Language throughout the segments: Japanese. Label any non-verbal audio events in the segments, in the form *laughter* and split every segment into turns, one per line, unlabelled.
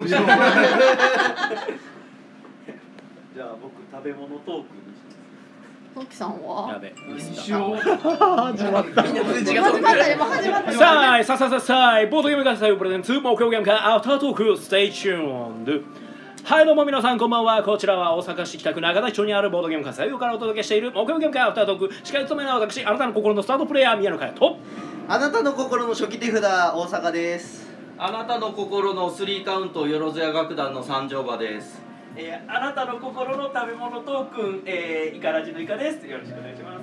じゃ
あ僕食べ物トークにします
トキさんは
やべミスった
一応
みんな数字
始
が
ま
飛
っ
んで
た
る
よもう始まったよ
さあ、さあさあさあさあ、ボードゲームが最後プレゼンツ、目標ゲーム会アフタートーク、ステイチューンド。はい、どうも皆さん、こんばんは。こちらは大阪市北区中田町にあるボードゲーム会最後からお届けしている、目標ゲーム会アフタートーク、司会を務めの私、あなたの心のスタートプレイヤー、宮野佳代と。
あなたの心の初期手札大阪です
あなたの心のスリーカウントよろずや楽団の三条馬です
えー、あなたの心の食べ物トークン、えー、イカラジのイカです。よろしくお願いします。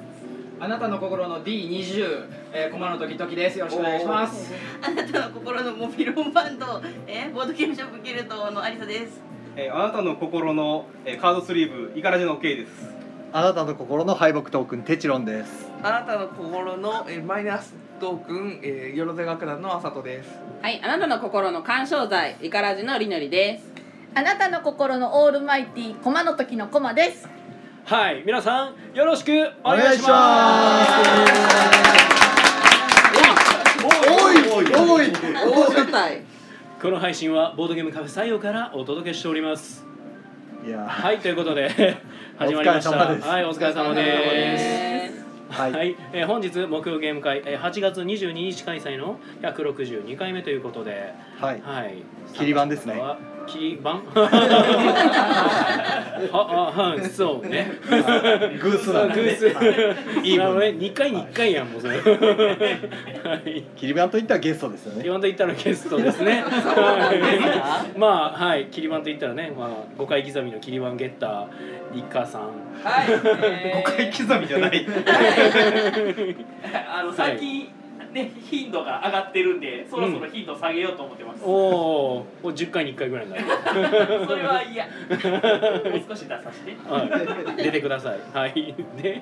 あなたの心の D20、えー、駒の時々です。よろしくお願いします。
あなたの心のモビロンバンド、えーボードゲームショップギルドのありさです。
えーあなたの心の、えーカードスリーブイカラジの K です
あなたの心の敗北トークンテチロンです
あなたの心の、えーマイナストークン、えー、よろぜ楽団のあさとです
はい、あなたの心の緩衝材、イカラジのりのりです。
あなたの心のオールマイティコマの時のコマです
はい、皆さん、よろしくお
お
願
願
い
い
し
し
ま。
ますおいおい
大所帯。
この配信は、ボードゲームカフェ採用からお届けしております。
いや
はい、ということで、始まりました。
*laughs* お疲れ様です
はい、お疲れ様です。は、
はいい
えー本日木曜ゲーム会、えー8月22日開催の162回目ということで、
はい
はい、
切り板です
参加者の方
ね
は。切り
*laughs*
板 *laughs* はあはいそうね。
偶数なんで
偶数。いいもんね。二回に一回やんもうそれ。*laughs*
*laughs*
はい。
キリバンといったらゲストですよ
キ
ね
リバンと言ったらゲストですね。はい *laughs* まあはい、キリバンと言ったらね、まあ五回刻みのキリバンゲッターリカさん。
はい。え
5回刻みじゃな
*laughs*
い
ー、あの最近、ね頻度が上がってるんで、そろそろ頻度下げようと思ってます。
おお、もう十回に一回ぐらいにな *laughs* る。
それは嫌。もう少し出させて。
は
*laughs*
い、出てください。はい、で、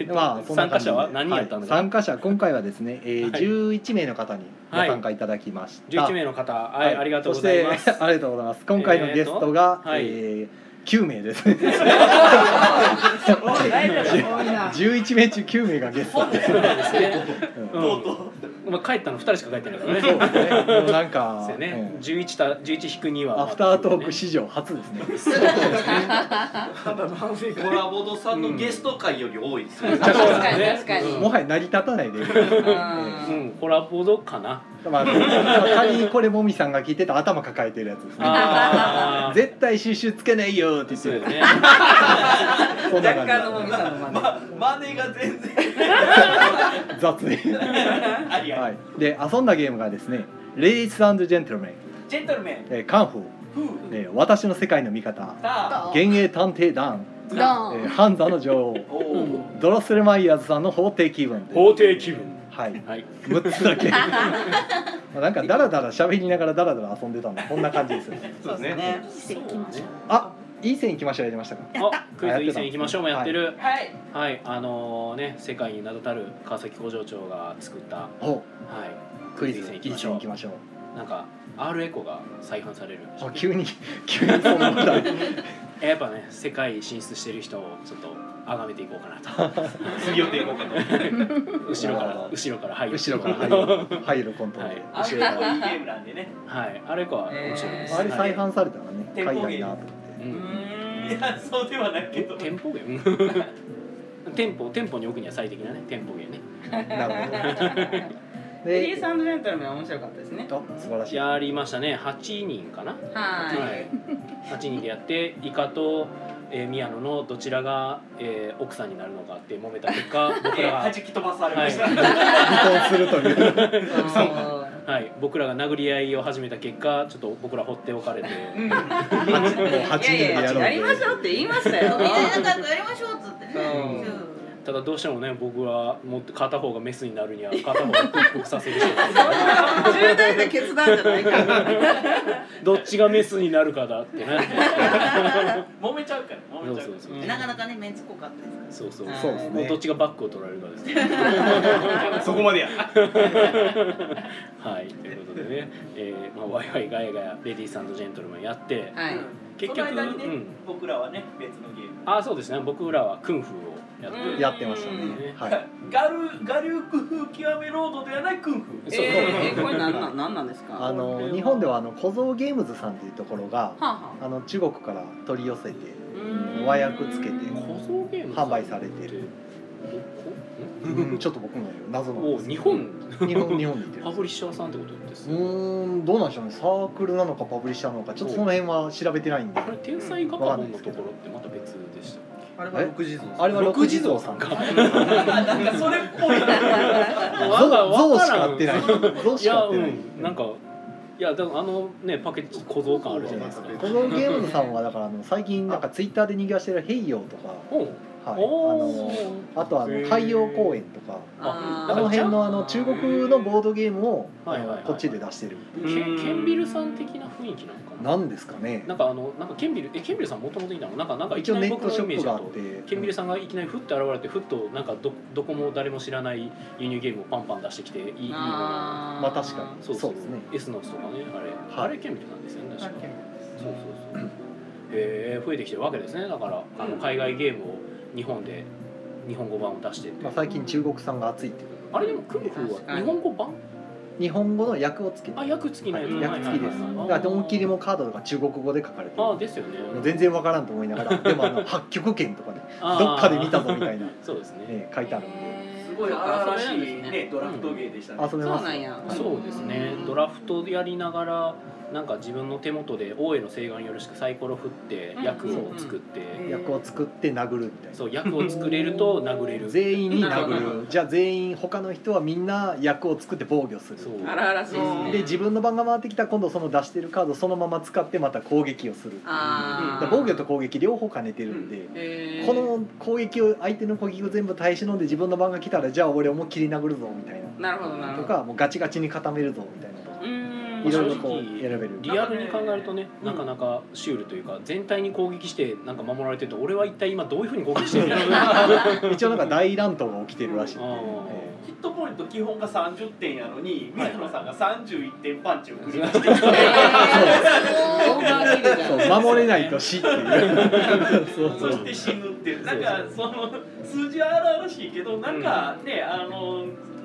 えっと
まあそんな
参加
感じで
者は何人やったんですか。
はい参加者今回はですね、えー
はい
11名の方にご参加いただきました、
十一名の方、はい、ありがとうございます。
そして *laughs* ありがとうございます今回のゲストが、
えーとはい
えー9名ですね
おい大丈夫。
多いな。
11名中9名がゲストです、うん
そうですね。うん、まあ帰ったの二人しか帰ってないからね。
そうですねもうなん
で
か
すよね
う。ん
十一た十一引く二は。
アフタートーク史上初ですね
コラボドさんのゲスト会より多いですね、
確かに、確か
も
に。
はや成り立たないで、 *laughs*
うん
うん、コラボどかな。
まあ、仮にこれもみさんが聞いてた頭抱えてるやつですね
あー
絶対収集つけないよって言って
そう
る
よね。
そんな感じ
さんのマネが全然
雑に、
ありが
は
とう。
い、で遊んだゲームがですね「レイ i スジェントルメン
ジェントルメン。」
えー「カンフー
ふう。」
えー「私の世界の味方」
さあ。
「幻影探偵団」
ド
えー
ー
「
ン
ハンザの女王」
おお。
「ドロスルマイヤーズさんの法廷気分」です
法廷気分。
はい
はい。
6つだけなんかダラダラ喋りながらダラダラ遊んでたのこんな感じです
そうですね
いい線いきまし
あいい線いきました
ょう
やりましたか
あ、クイズいい線行きましょうもやってる。
はい。
はい、あのーね、世界に名だたる川崎工場長が作った。は
お
い。
クイズ
い
い
い線行き
い
まし
線
ょ
いうき。ましょう
なんか R エコが再販される
あ急に急にそんなことある
*laughs* やっぱね世界進出してる人をちょっと崇めていこうかなと
次寄っていこうかと
後ろ
*laughs*
から後ろから入る
後ろから入る入るコントロール
は
あれ結構いいゲームなんでね。
はい R エコは面白いです、
あれ再
は
販されたらね
店
海
舗
外
芸
なと思って
い、う、
うんーん。いやそうではないけど。
店舗芸うん店舗店舗に置くには最適なね店舗芸ね
なる
*laughs*
ほど
レ
で
イサンドジェントルメンは面白かったですね
あ素晴らしい
やりましたね8人かな
は
はい、8人でやってイカと、えー、宮野のどちらが、えー、奥さんになるのかって揉めた
*laughs*
結果僕ら
えー
が、
弾き飛ばされました。
離婚するという
い。そう
*laughs* はい、僕らが殴り合いを始めた結果ちょっと僕ら放っておかれて、
8人
い
で
やい
や
や、
ろう
やりましょうって言いましたよ。
みんな仲良くやりましょうっつってね。
ただどうしてもね僕はもっと片方がメスになるには片方を屈服させるし
*laughs*
かない
重大な決断じゃないから。
*laughs* どっちがメスになるかだ
*laughs*
ってね
揉めちゃうから。
そ
揉め
う
ち
そ
ゃ
う
うから。
そううん
なかなかねメンツ濃かったですか
そうそう
そうです
もう
ね
どっちがバックを取られるかですね
*laughs*
そこまでや
はいということでね、えーまあ、ワイワイガヤガヤレディースジェントルマンやって
はい。
結
その
局、
間にね、
うん
僕らはね別のゲーム
あそうですね僕らはクンフーをやって
やってましたねはい
ガルガルクフ極めロードではないクンフ
そうえーこれ何なん
なんなんです
あの日本ではあの小僧ゲームズさんっていうところが
はあは
あの中国から取り寄せて和訳つけて販売されてるうんちょっと僕も謎の
日本
日本日本で
パブリッシャーさんってことです
うーんどうなんでしょうねサークルなのかパブリッシャーなのかちょっとその辺は調べてないんで
あれ天才ガパゴンのところってまた別でしたっけ
あれはえ六地蔵さんあれは六地蔵さ *laughs* んか
なんかそれっぽい
象しか合ってない象しか合ってない
やうんなんかいやだからあのねパケット小僧感あるじゃないですか
このゲームズさんはだからあの最近なんかツイッターで賑わしてる「ヘイヨー」とか、はい、あのあとあの海洋公園とか
あ
あの辺のあの中国のボードゲームを
はいはいはいはい
こっちで出してる
ケンケンビルさん的な雰囲気なのかな
なんですかね
なんかあのなんかケンビルえケンビルさんもともといたのなんかなんかいき
一応
な
ネ
り
ッ
僕
ト
の
シ
イ
ョ
メー
ップ
ジ
が
だ
あっ
と
て
ケンビルさんがいきなりふっと現れてふっとなんかどどこも誰も知らない輸入ゲームをパンパン出してきていいいいもの
あーまあ確かに
そうそう
そうですね
S ノスとかねあれ、あれケンビルさんですよね確かそうそうそうへえ増えてきてるわけですねだからあの海外ゲームを日本で日本語版を出してって
まあ、最近中国産が熱いって
あれでもクンフーは日本語版
日本語の訳をつけて
あ訳付きのやつ
訳付きです
はいはいは
だ
い
からドンキリもカードとか中国語で書かれてる
ああですよね
もう全然わからんと思いながらでもあの八極拳とかね
*laughs* あー
どっかで見たぞみたいな
*laughs* そうですね
ね書いてあるんです
ごい荒々しいねドラフト芸でしたね、
遊べます
そうですねドラフトやりながらなんか自分の手元で大江の請願よろしくサイコロ振って役を作って、
役を作って殴るみたいな
そう役を作れると殴れる
全員に殴 *laughs* るじゃあ全員他の人はみんな役を作って防御する
荒々しいですね
で自分の番が回ってきたら今度その出してるカードそのまま使ってまた攻撃をする
あ
だから防御と攻撃両方兼ねてるんで、
えー
この攻撃を相手の攻撃を全部耐え忍んで自分の番が来たらじゃあ俺思いっきり殴るぞみたいな
なるほどなるほ
と
ど
かもうガチガチに固めるぞみたいなとかいろいろこう選べる
リアルに考えるとねなかなかシュールというか全体に攻撃してなんか守られてると俺は一体今どういうふうに攻撃してるんだろうな *laughs*
*laughs* 一応なんか大乱闘が起きてるらしいんで
ヒットポイント基本が30点やのに水野さんが31点パンチを繰り出してき
そう守れないと死っていう
*laughs*
*laughs* そ
そ
う
して死ぬっていうなんかその数字は荒々しいけどなんかね、あの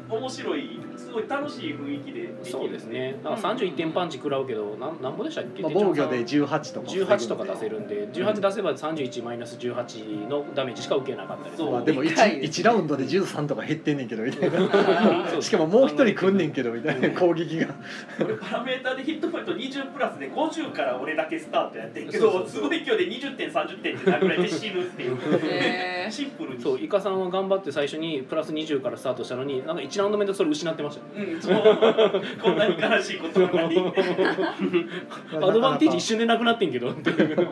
面白いすごい楽しい雰囲気ででき
そうですねなんか31点パンチ食らうけどなんなんぼでしたっけ
まあ、防御で18とか
18とか出せるんで18出せば31マイナス18のダメージしか受けなかったり
まあ、でも 1, 一ラウンドで13とか減ってんねんけどみたい
そう
なしかももう一人来んねんけどみたいな攻撃が
俺パラメーターでヒットポイント20プラスで50から俺だけスタートやってんけど
そうそう
すごい勢いで20点30点って殴られて死ぬっていうシンプルに
そうイカさんは頑張って最初にプラス20からスタートしたのになんか1ラウンド目でそれ失ってましたよ
うんそうこんなに悲しいことなのに
*laughs* アドバンテージ一瞬でなくなってん
*laughs*
けどっていう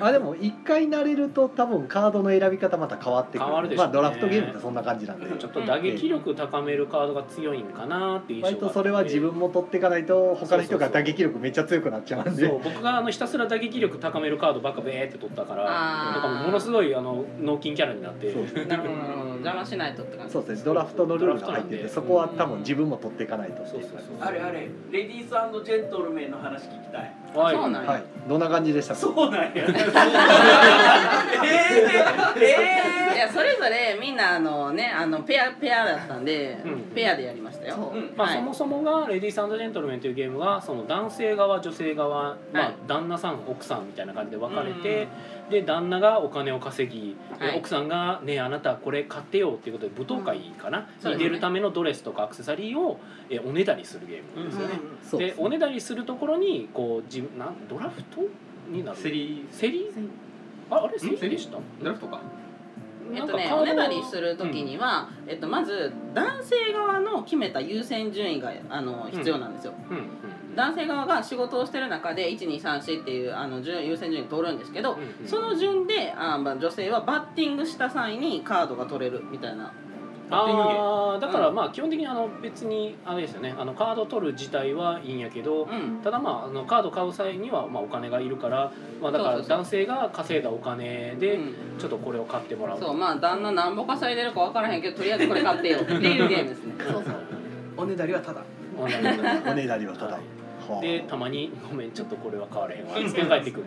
あでも一回慣れると多分カードの選び方また変わってくる
変わるでしょう
まあ、
ね
ドラフトゲームってそんな感じなんで
ちょっと打撃力高めるカードが強いんかなっていう印象があ
割
って
とそれは自分も取っていかないと他の人が打撃力めっちゃ強くなっちゃうんで
そう僕があのひたすら打撃力高めるカードばっかべーって取ったから
あー
なんかもうものすごいあの脳筋キャラになって *laughs*
なるほどなるほど邪魔しないとって感じ
そうですねドラフトのルールが入っててそこは多分自分も取っていかないとっていう感じ
あれあれレディースジェントルメンの話聞きたい
はいはい、どんな感じでしたか
そうなんや
*laughs* いやそれぞれみんなあのねあのペアペアだったんで、ペアでやりましたよ。
まあ、
はい
そもそもが「レディースジェントルメン」というゲームはその男性側女性側、まあ、旦那さん奥さんみたいな感じで分かれて、で旦那がお金を稼ぎ、で
はい
奥さんが「ねえあなたこれ買ってよ」っていうことで舞踏会かな、
そう
に
ですね
出るためのドレスとかアクセサリーをえおねだりするゲームですよね。でおねだりするところにこう自分なんドラフトになる
セリ
セリああれセリでした
ドラフトか
え
な
っ
ん
と
か
ね
カード
おねだりする時には、えっと、まず男性側の決めた優先順位があの必要なんですよ、
うん
男性側が仕事をしてる中で1234っていうあの順優先順位取るんですけど、
うん
その順であ、まあ、女性はバッティングした際にカードが取れるみたいな
あーだからまあ基本的にあの別にあれですよねあのカード取る自体はいいんやけど、ただまああのカード買う際にはまあお金がいるから、まあ、だか
そ
ら
うそうそう
男性が稼いだお金でちょっとこれを買ってもらう
そうまあ旦那なんぼ稼いでるか分からへんけどとりあえず
*laughs*
これ買ってよっていうゲームですね
そうそう
おねだりはただ
おねだり
おねだりはただ
でたまに「ごめんちょっとこれは変われへんわ」つって帰ってくる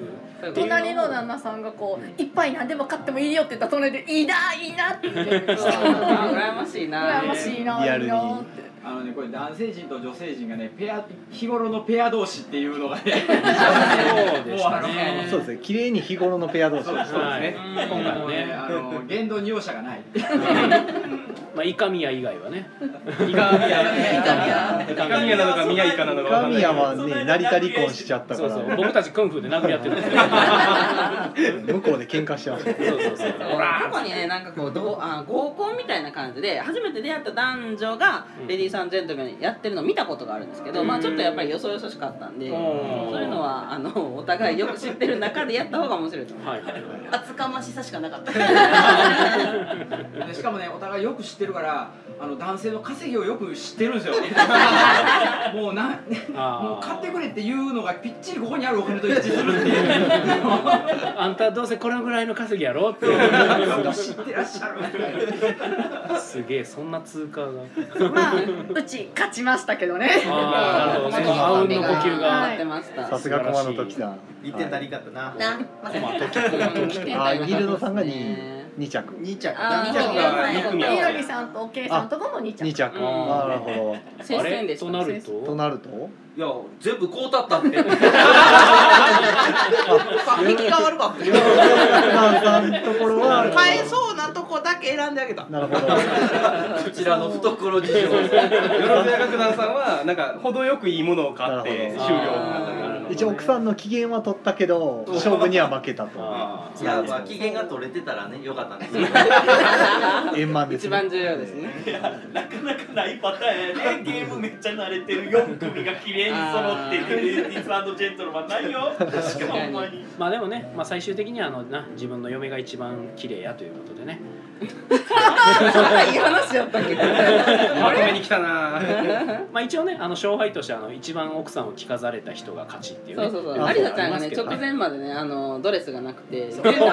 っていうのを
隣の旦那さんがこう「一杯何でも買ってもいいよ」って言ったら隣で「いいないいな」って言ってる
羨ましいな
羨ましいな
リアルに
いいな
あのねこれ男性陣と女性陣がねペア日頃のペア同士っていうのがねもうあの
そうですね綺麗に日頃のペア同士
そうですね
今回はね
あの言動に容赦がない
まあイカミヤ以外はね
イカミヤ
イ
イ
カ
カ
ミ
ミ
ヤ
ヤ
な
なの
のか
か
ミ
ミ
ヤ
ヤ
イ
イ
カ
カ
な
な
の
のか
かわかん
神
ない
谷はね成田離婚しちゃった
そ
か
うそう
ら
僕たち夫婦で殴り合ってるんですよ
*laughs* 向こうで喧嘩してましたね
過去にねなんかこうどうあ合コンみたいな感じで初めて出会った男女がレディーさんジェントルメンやってるのを見たことがあるんですけど、まあちょっとやっぱりよそよそしかったんで、そういうのはあのお互いよく知ってる中でやった方が面白いと思う。
はいはい
厚かましさしかなかった
でしかもねお互いよく知ってるからあの男性の稼ぎをよく知ってるん
*laughs*
ですよもうなもう買ってくれっていうのがぴっちりここにあるお金と一致するっていう
*laughs* あんたどうせこのぐらいの稼ぎやろ *laughs* って
知ってらっしゃる
すげえそんな通貨が
まあうち勝ちましたけどね
あーなるほどね
まあ
あうんの呼吸が
はい
出ました。
さすが駒の時さん
一点足りんかったな。
な
あーギルドさんが2二着
二着。
あ
二着
ー
が二組ある。
緑さんとおけいさんとこも2着
二着
う
あ
ん
ーなるほ
接戦でした
となる
どと
と
なると
いや全部こうたったって
引きが悪かった
まあさんのところは
買えそうなとこだけ選んであげた
なるほど
こちらの懐事情
よろずや楽団さんはなんか程よくいいものを買って終了
一応奥さんの機嫌は取ったけど勝負には負けたと
いやまあ機嫌が取れてたらね良かったんですけど
*laughs* 円満です
一
ね
番重要ですね。
*laughs* なかなかないパターンやねゲームめっちゃ慣れてる4組が綺麗に揃っててレディースジェントルマンないよ確
かに
ほんまに
まあでもね、まあ、最終的にはあのな自分の嫁が一番綺麗やということでね
いい話やっ
*laughs*
たっけ。
まとめに来たな
まあ一応ねあの勝敗としてあの一番奥さんを着飾れた人が勝ちっていう
そ
ね
うそうそう。
あ
有田ちゃんがね
そうありますけど
直前までねあのドレスがなくて全裸で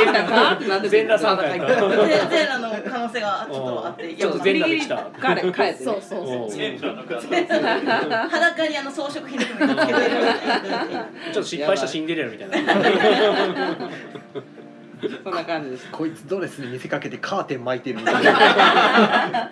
全裸かってなっ
*laughs*
て
全裸さん
*laughs*
かやった
ゼゼーラの可能性がちょっとあって
ちょっと全裸で来た
彼帰って
そう
ね。
そう
お
そうう
ち
全裸の方
裸にあの装飾品で組み立てて
ょっと失敗したシンデレラみたいな
そんな感じです。
こいつドレスに見せかけてカーテン巻いてるみたいな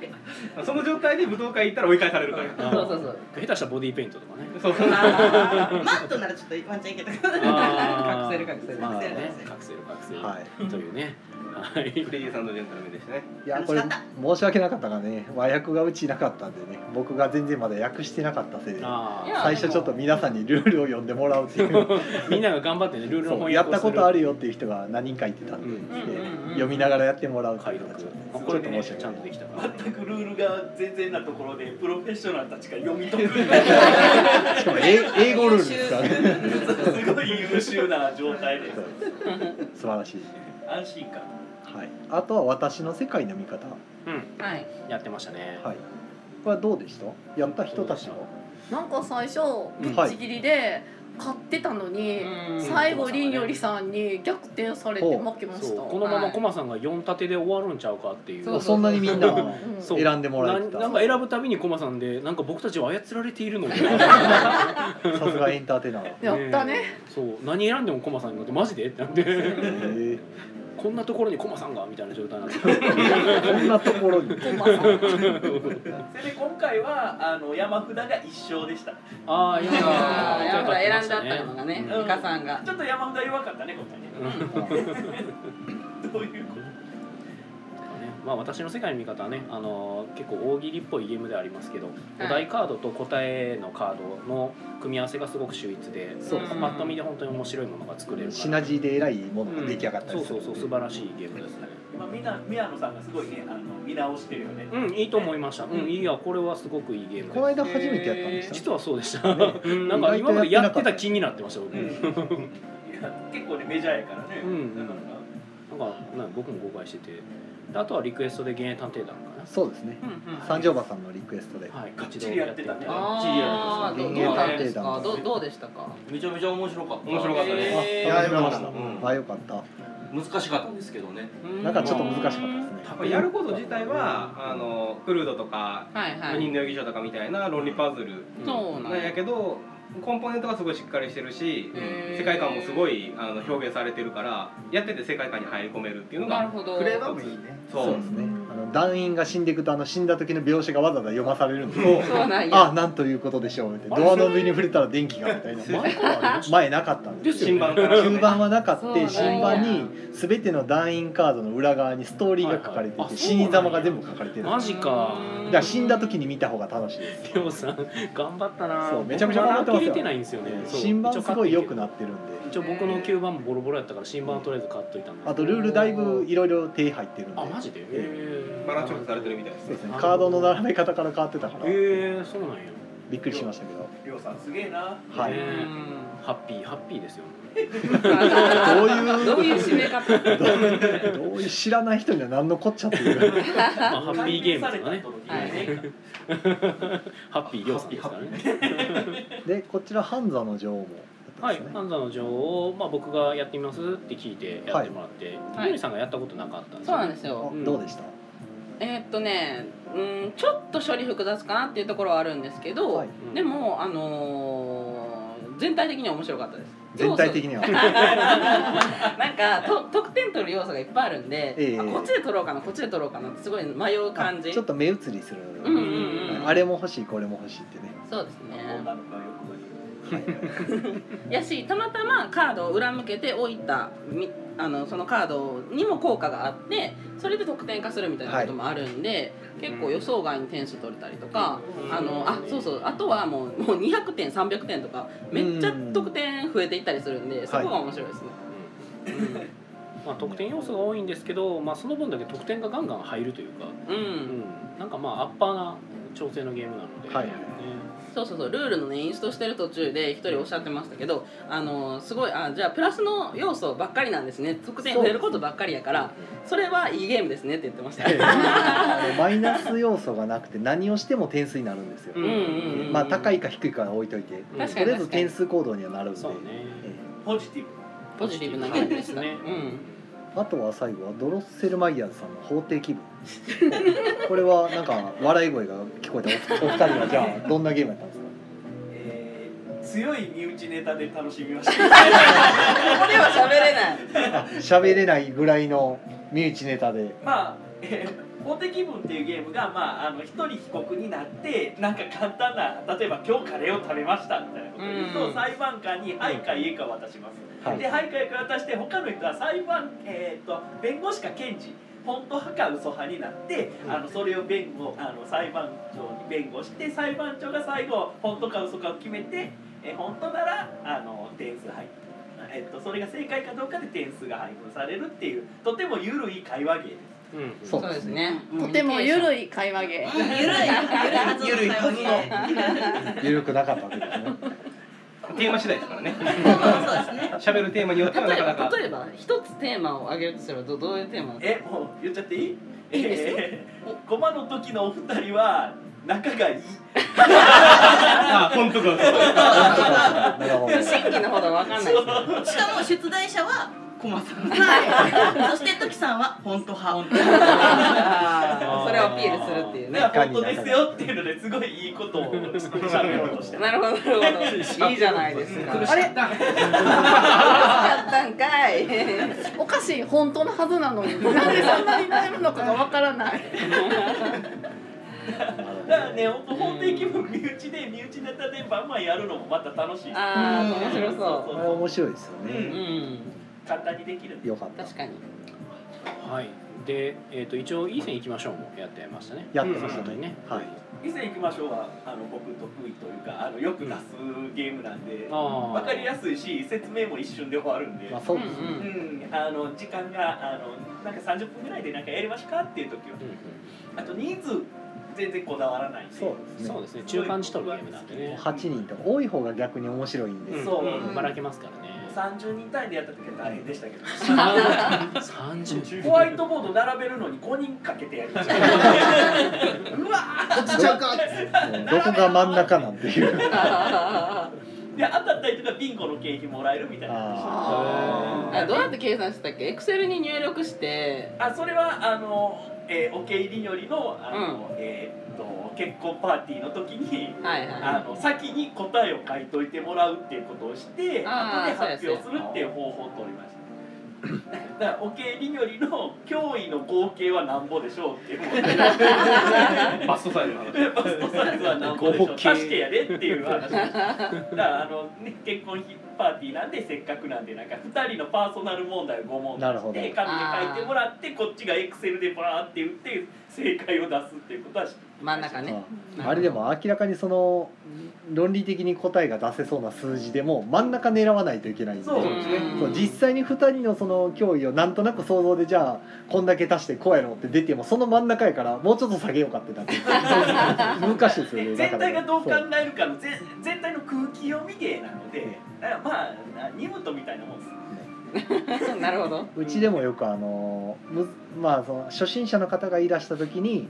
その状態で武道館行ったら追い返されるから
そうそうそう。
下手したらボディーペイントとかね
そう
マットならちょっとワンチャンいけたけど
あー
隠せる隠せる
まあ
ね隠せる隠せる、
はい
というねはい
レディーさんとジェントルメンでしたね
いやこれ申し訳なかったがね和訳がうちなかったんでね僕が全然まだ訳してなかったせいで
あ
いや
最初ちょっと皆さんにルールを読んでもらうっていう
ーみんなが頑張ってねルールの
そう
翻
やっ
訳を
た
する
ことあるよっていう人が何人かいてたんで、
うん
で
うんうんうん
読みながらやってもらうってい
解
う形
読
で
まあこれと申し訳ないちゃんとできたから
全くルールが全然なところでプロフェッショナルたちが読み解く
しかも英英語ルールですからね
*laughs* すごい優秀な状態で
そう素晴らしい、
安心感
はい、あとは私の世界の見方
うん
はい。
やってましたね、
はいこれはどうでしたやった人たちは
なんか最初ぶ
は
っ
い
ちぎりで買ってたのに、最後りんよりさんに逆転されて負けま
そ
し
う
た
このままコマさんが4立てで終わるんちゃうかっていう
そう
そんなにみんな
うん
そう
選んでもらえて
な
た
なんか選ぶたびにコマさんでなんか僕たちは操られているのみたいな
*laughs* さすがエンターテイナー、
やったね
えそう何選んでもコマさんになってマジでってなって
えー
こんなところにコマさんがみたいな状態になって
*laughs* こんなと
*laughs*
ころに
それで今回はあの山札が1勝でした
ああ
い
や
や
だ
ーやっぱ選んじゃったの
の
がね、
うん
イカさんが。
ちょっと山札弱かったね今回ね *laughs* どういうこと
まあ、私の世界の見方はね、あのー結構大喜利っぽいゲームではありますけど、お題カードと答えのカードの組み合わせがすごく秀逸で
そう
パッと見で本当に面白いものが作れるから
シナジーで偉いものが出来上がった
う
り
ん
す
そう
る
そうそう素晴らしいゲームですね
今みな宮野さんがすごいねあの見直してるよね、
うんいいと思いましたうんいいやこれはすごくいいゲーム
この
です
間初めてやったんでした
実はそうでした、
ね
うん *laughs* なんか
意
今ま
外と
でや
や
っ
っててなか
た
った
気になってました僕、
うん
なんか
いや結構ねメジャーやからね、
うん
なかなか
なんか僕も誤解しててであとはリクエストで幻影探偵団かな
そうですね三条馬さんのリクエストで
はい、
がっちりやってたね
ああ、どう
人間探
で
偵
す
団
か
の。
どうどうでしたか。
めちゃめちゃ面白かった
面白かったね
あ
へ
楽しめま
う
し
ん
たあよかった
難しかったんですけどね
なんかちょっと難しかったですね。
まあやること自体はあのクルードとか、
はいはい
人形劇場とかみたいな論理パズル
そうなん
なんやけどコンポーネントがすごいしっかりしてるし世界観もすごいあの表現されてるからやってて世界観に入り込めるっていうのが
なるほど
フレーバ
ー
もいいね
そう
そう
ですね。あの団員が死んでいくとあの死んだ時の描写がわざわざ読まされるんです
よ
そうなんや
あなんということでしょうみたいなドアノブに触れたら電気がみたいな前なかったんです
新版から
終盤はなかっ
そうなんや
た新版に全ての団員カードの裏側にストーリーが書かれていて死に様が全部書かれてるんです
マジか
だから死んだ時に見た方が楽しいです
りょうさん頑張ったな
そうめちゃくちゃ頑張って
僕まだ
ますよ
開けれてない
*laughs*
んですよねそう
新版すごい良くなってるんで
一応僕の9番もボロボロやったから新版はとりあえず買っといたんです
あとルールだいぶいろいろ手入ってるんで
あマジでへえ
バランス調整されてるみたいです
そうですねカードの並べ方から変わってたから
へえそうなんや
びっくりしましたけど
りょうさんすげえな
はい
ねハッピーハッピーですよ
どういう
どういう締め方
どういうどういう知らない人には何のこっちゃっていう
まあ、ハッピーゲームですかね。ハッピー量産ですからね。
でこちら「ハンザの女王も」
はい、ハンザの女王を、まあ、僕がやってみますって聞いて、やってもらって、
はい
ゆりさんがやったことなかったんです
そうなんですよ
どうでした
えーっとねうんちょっと処理複雑かなっていうところはあるんですけど、でもあのー全体的には面白かったです
全体的には
なんかと得点取る要素がいっぱいあるんで、
ええ
あこっちで取ろうかなこっちで取ろうかなってすごい迷う感じ
ちょっと目移りする、
うんうんうん
あれも欲しいこれも欲しいってね
そうですね
女の子は欲張り
やしたまたまカードを裏向けて置いたみあのそのカードにも効果があってそれで得点化するみたいなこともあるんで、結構予想外に点数取れたりとか、あのあそうそうあとはもうもう200点300点とかめっちゃ得点増えていったりするんで、そこが面白いですね。
まあ、得点要素が多いんですけど、まあ、その分だけ得点がガンガン入るというか。
うん、
うんなんか、まあ、アッパーな調整のゲームなので。
はい
ね
そうそうそうルールのねインストしてる途中で一人おっしゃってましたけどあのすごいあじゃあプラスの要素ばっかりなんですね得点増えることばっかりやからそれはいいゲームですねって言って
*laughs*
ました
マイナス要素がなくて何をしても点数になるんですよ、
うんうんうん
まあ高いか低いかは置いといて
確かに
とりあえず点数行動にはなるんで、
ポジティブ
ポジティブなゲームでした
ね
あとは最後はドロッセルマイヤーズさんの法廷気分これはなんか笑い声が聞こえたおお二人はじゃあどんなゲームやったんですか
えー強い身内ネタで楽しみ
*laughs*
ましたこれは
喋れない
あ喋れないぐらいの身内ネタで
まあ、えー、法的文っていうゲームが、まあ、あの一人被告になってなんか簡単な例えば今日カレーを食べましたみたいなことを言うと、
うん
裁判官に「はいかいえか渡します」
はい
で「はいかいえか渡して他の人は裁判、えー、と弁護士か検事本当派か嘘派になって、あのそれを弁護あの裁判長に弁護して裁判長が最後本当か嘘かを決めて、えー本当ならあの点数入って。えっと、それが正解かどうかで点数が配分されるっていうとても緩い会話芸です。
そう
ですね
とてもゆるい会話芸。ゆる
ゆるい
い。
はずの
緩くなかったわけですね
*laughs* テーマ次第ですから
*laughs*
ね *laughs* 喋るテーマによってはな
例え
かなか
ば例えば一つテーマを挙げるとすればどどういうテーマ
えもう言っちゃっていい
いいですよ
えー、コマの時のお二人は仲がいい
あ本当か
なるほど
真偽のほどわかんない
しかも出題者はコマさん、そしてトキさんは本当派
あーそれをアピールするっていうね
だから本当ですよっていうのですごいいいことを喋ろうとして
なるほどな *laughs* るほどいいじゃないですか
あれ
やったんかい
おかしい本当のはずなのになんでそんなに悩むのかがわからない。
だからね本当本当に気分身内で身内ネタでバンバンやるのもまた楽しい
あー面白そう
これ面白いですよね、
簡単にできる
よかった
確かに
はい。で、えっ、と、一応いい線行きましょうもやってましたね。
やってましたね
うんね。
はい。
以前行きましょうはあの僕得意というかあのよく出すゲームなんで
あー
わかりやすいし説明も一瞬で終わるんで、
まあそうですね
うんあの時間があのなんか30分ぐらいでなんかやりましかっていう時は、あと人数全然こだわらないんでそう
ですねそう
ですね中間地取るゲームなんでね。
8人とか多い方が逆に面白いんで、
そう、
ばらけますからね
30人単位でやった時は大変でしたけど
三
*laughs*
十。
ホワイトボード並べるのに5人かけてやりましたうわー
どこが真ん中なんていう
で当たったりとかビンゴの景品もらえるみたいな
あーあどうやって計算してたっけエクセルに入力して
あそれはあの、えー、おけ入りよりのあの、えーっと結婚パーティーの時に、
はいはい
あの先に答えを書いといてもらうっていうことをして後
あ
で
ー
発表するっていう方法を取りました。だからおけりよりの脅威の合計はなんぼでしょうっていう
バストサイズの話
バストサイズはなんぼでしょう
合
足
計
してやでっていう話だからあの、ね、結婚パーティーなんでせっかくなんでなんか2人のパーソナル問題を5問出
なるほ
し
ど
て紙で書いてもらってこっちがエクセルでバーって打って正解を出すっていうことはし
真ん中ね
あれでも明らかにその論理的に答えが出せそうな数字でも真ん中狙わないといけないんで
そうですね
そう実際に2人のその脅威をなんとなく想像でじゃあこんだけ足してこうやろうって出てもその真ん中やからもうちょっと下げようかってなって
*laughs*
難しいですよね
全体がどう考
そう
えるかの全全体の空気読み芸なのでだからまあニムトみたいなもんです。
*laughs*
*laughs*
なるほど
うちでもよくあのむまあその初心者の方がいらした時に、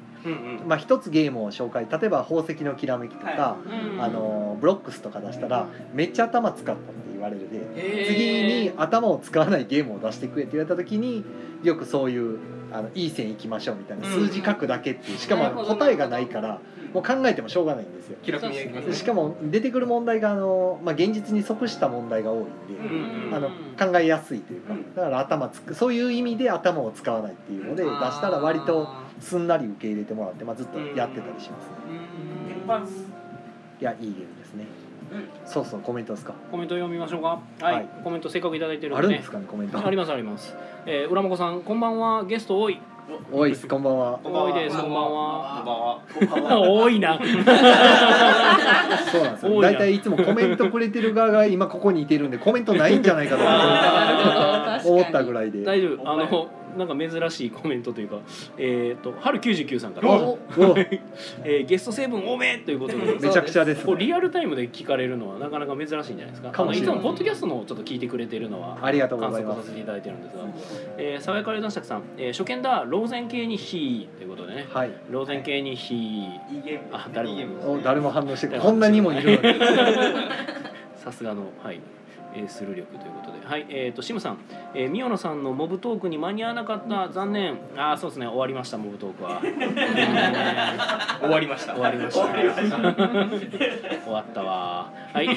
まあ、一つゲームを紹介例えば宝石のきらめきとか、
いうん
あのブロックスとか出したら、めっちゃ頭使ったって言われるで、
へー
次に頭を使わないゲームを出してくれって言われた時によくそういうあのいい線いきましょうみたいな数字書くだけっていうしかもあの
なるほど
答えがないからもう考えてもしょうがないんですよ。
気楽にやりますね
しかも出てくる問題があの、まあ、現実に即した問題が多いんで、あの考えやすいというか、だから頭つくそういう意味で頭を使わないっていうので出したら割とすんなり受け入れてもらって、まあ、ずっとやってたりしますね。
鉄板っす
いやいいゲームですね。そうそうコメントですか。
コメント読みましょうか。はい、
はい
コメントせっかくいただいてる
あるんですかねコメント
ありますあります。えー、浦真子さん、こんばんは。ゲスト多い。
おいっすこんばんは。
多いです。こんばんは。
こんばんは。
*laughs* 多いな。
*laughs* そうなんです
多
よ。
いな
大体いつもコメントくれてる側が今ここにいてるんでコメントないんじゃないか *laughs* と *laughs* 思ったぐらいで。
大丈夫。あの、なんか珍しいコメントというか、えっ、と、春九十九さんから。
おお
*laughs* えーゲスト成分多めということで。
*laughs* めちゃくちゃですね
こうリアルタイムで聞かれるのはなかなか珍しいんじゃないですか。
かもしれ
あ
ない
のいつもポッドキャストのをちょっと聞いてくれてるのは。
ありがとうございます
観測させていただいてるんですが。えー、爽やかれ男爵さん、えー、初見だ、ローゼン系に火ということでね。
はい。
ローゼン系に火。あ、誰も。
お誰も反応してくれこんなにもいるのに。 *laughs*
*laughs* さすがの、はい、えー、スルー力ということで、はい、えっ、と、シムさん、えー、ミオナさんのモブトークに間に合わなかった、残念。あー、そうですね、終わりました、モブトー
*laughs*
クは。
終わりました
終わりました。
終わりました
終わったわ。はい、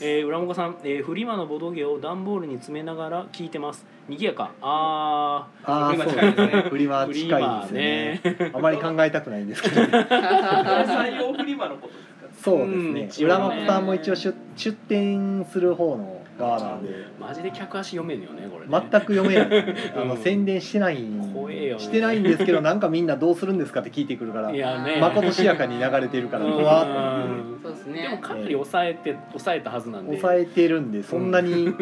えー、浦本さん、えー、フリマのボドゲを段ボールに詰めながら聞いてます。賑やか、あー。
ああそうですね。フリマ近いですよね。あまり考えたくないんですけど。
採用フリマのことですか
そうですね。
うん一応
裏
ね
マッターも一応出出店する方の側なんで。
マジで客足読めるよね、これ、ね。
全く読
*laughs*
めないですね、あの宣伝してないん
えよね
してないんですけどなんかみんなどうするんですかって聞いてくるから
いやね
まことしやかに流れて
*laughs*
るから怖っ
うんでもかなり抑えて、抑えたはずなんで。
抑えてるんでそんなに、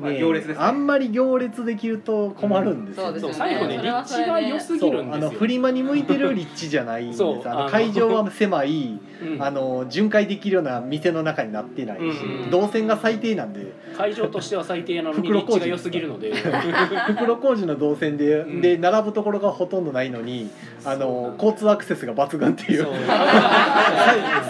まあ行列ですね
あんまり行列できると困るんですよ、
うんそうですよねそう最後ねそれはそれで立地が良すぎるんですよ
そうあのフリマに向いてる立地じゃないんです
そう
あ
あの
の会場は狭い、
うん
あの巡回できるような店の中になってないし、
うん
動線が最低なんで、
会場としては最低なのに
袋
立
小
地
路
が良すぎるので
袋小路の動線で、
ん
で並ぶところがほとんどないのにあの交通アクセスが抜群っていう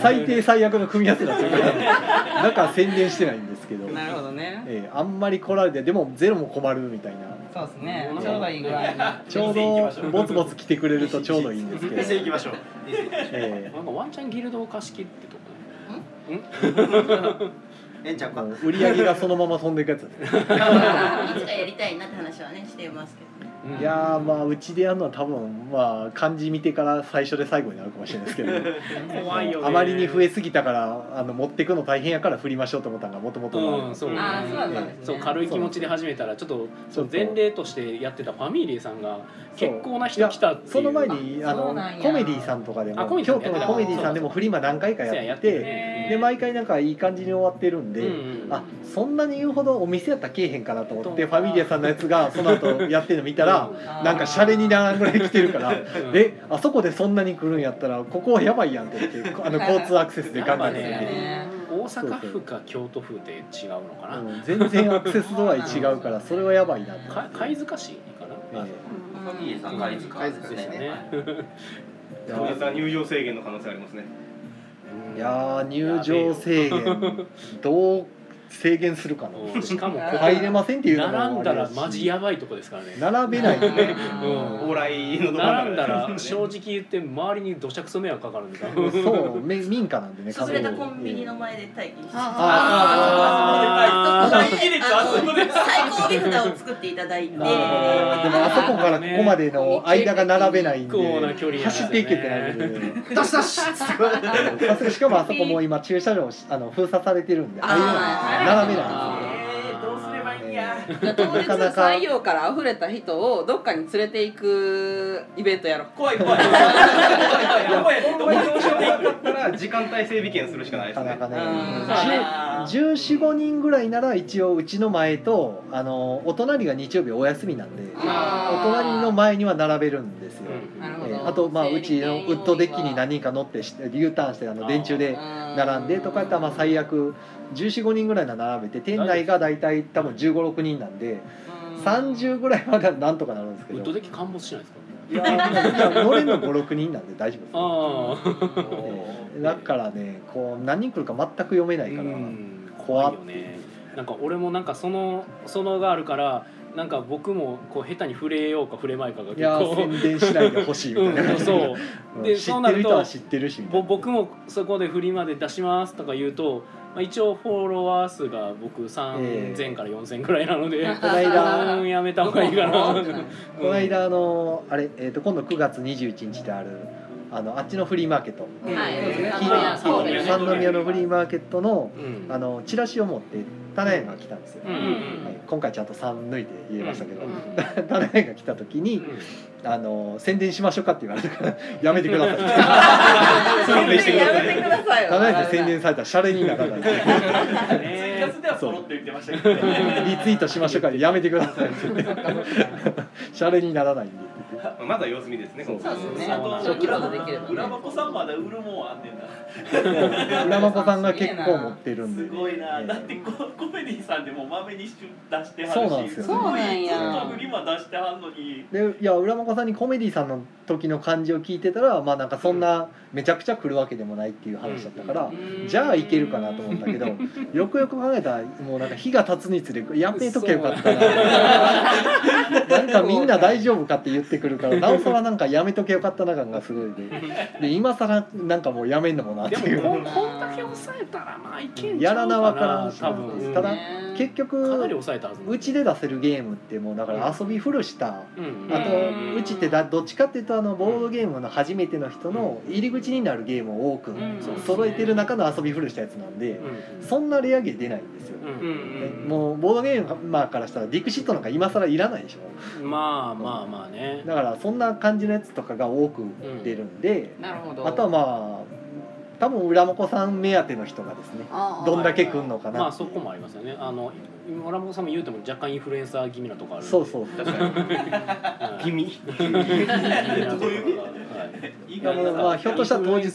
最 *laughs* 最低最悪の組み合わせだった *laughs* からだから宣伝してないんですけど
なるほどね
ええあんまり来られてでもゼロも困るみたいな
そうですねちょうどいい具合に
ちょうどボツボツ来てくれるとちょうどいいんですけど
店行きま
しょう
な
え
んかワンチャンギルドを貸し切ってと
えんちゃんか
売り上げがそのまま飛んでいくやつですね
いつかやりたいなって話はねしてますけど
いやーま *laughs* あうちでやるのは多分まあ漢字見てから最初で最後になるかもしれないですけ *laughs* ど
怖いよね
あまりに増えすぎたからあの持ってくの大変やから振りましょうと思ったのがもともと
うんそうあーそうだったんですねそう軽い気持ちで始めたらちょっとそう前例としてやってたファミリーさんが結構な人来たっていう
その前にあの
そうなんや
コメディさんとかで
あ
も
コメディさ
京
んでやってた
都のコメディさんでもフリマ何回か
そうや
や
っ
ってて
たね
で毎回なんかいい感じに終わってるんで、
う
あそんなに言うほどお店やったらけえへんかなと思ってファミリアさんのやつがその後やってるの見た
*laughs*
らなんかシャレにならんぐらい来てるから *laughs* えあそこでそんなに来るんやったらここはやばいやんって言ってあの交通アクセスでガンガン来て
やっぱね
て。
大阪府か京都府で違うのかな、
うん全然アクセス度合い違う
*laughs*
からそれはやばいなって
か貝塚市かな
え
ファミリーさん貝塚ですね。
当日は入場制限の可能性ありますね。
いやー入場制限どう制限するかな
しかもここ
入れませんっていうのもあれ
並んだらマジやばいとこですからね並べない
で
*laughs* ね往来
のところ
並んだ *laughs* ら正直言って周りにどしゃくそ迷惑かかるんです
そうめ民家なんでね
潰れたコンビニの前で待機して
あーあーあーあー
そこで待機最高尾札を作っていただいて
でもあそこからここまでの間が並べないんで
結構な距離やな
走っていけてないの
*laughs*
で
ダシダシ
さすがしかもあそこも今駐車場しあの封鎖されてるんでああいうの並べない
当日採用から溢れた人をどっかに連れて行くイベントやろう
怖い怖い
どこにどうしようもなかったら時間帯整備券するしかないですね。
1 4 5人ぐらいなら一応うちの前とあのお隣が日曜日お休みなんでお隣の前には並べるんですよ、えーあとまあうちのウッドデッキに何人か乗ってして U ターンしてあの電柱で並んでとかやったらまあ最悪1 4 5人ぐらいなら並べて店内が大体多分1 5 6人なんで30ぐらいまではなんとかなるんですけ
ウ
ど
ッドデッキ陥没しないですか
いや乗れんの56人なんで大丈夫です *laughs* えーだからねこう何人来るか全く読めないから怖っ
よねなんか俺もなんかそのそのがあるからなんか僕もこう下手に触れようか触れまいかが
い
結
や
構
宣伝しないでほしいみたいな
うんそう
うん
で
知
そう
って
な
る
る
人
と
は知ってるしみたい
ぼ僕もそこでフリマで出しますとか言うと、まあ、一応フォロワー数が僕
ええ
3000から4000くらいなので、
*laughs* この間
うんやめた方がいいかな
な *laughs* この間あのあれ、えー、と今度9月21日であるあのあっちのフリーマーケット、
はい
三宮
三宮
のフリーマーケットの,、
うん
あのチラシを持って棚屋が来たんですよ、
うんうんうん
はい今回ちゃんと3抜いて言えましたけど、 *laughs* 棚屋が来た時に、あの宣伝しましょうかって言われたからやめてく
*laughs*
ださい
宣伝してくださいやめてくださいよ
棚屋で宣伝されたらシャレにならない
ツイキャスではポロッと言ってましたけど
リツイートしましょうからやめてくださいって言ってシャレにならないんで
まだ様子見ですね。そう
あと裏裏箱さんまだ売るもんあんねんな
浦真子さんが結構持ってるんです
ごいなだってココメディさんでもまめに出しては
そう
る
なん
し
ですよね
ごい
そうなんや
ずっとフリマ出してはんの
*laughs*
に
でいや浦真子さんにコメディさんの時の感じを聞いてたらまあなんかそんなめちゃくちゃ来るわけでもないっていう話だったから、じゃあいけるかなと思ったけどよくよく考えたらもうなんか日が経つにつれやめとけよかったななんかみんな大丈夫かって言ってくるからなおさらなんかやめとけよかったな感がすごいでで今更なんかもうやめんのもなっていう。
こんだけ抑えたらまあいけんちゃう
や
からな
なわからんし
多分、
ただ結局
かなり抑えたはず
うちで出せるゲームってもうだから遊び古した、
うん
あとうちってだどっちかっていうとあのボードゲームの初めての人の入り口になるゲームを多く揃えてる中の遊び古したやつなんで、そんなレアゲー出ないんですよ、もうボードゲームマーからしたらディクシットなんか今更いらないでしょ
まあまあまあね
だからそんな感じのやつとかが多く出るんで、
なるほど
あとはまあ多分浦真子さん目当ての人がですね
ああ
どんだけ来るのかなっていう
まあそこもありますよねあの村本さんも言うても若干インフルエンサー気味なとこある
そうそう
確か
*laughs*
に気味
まあひょっとしたら当日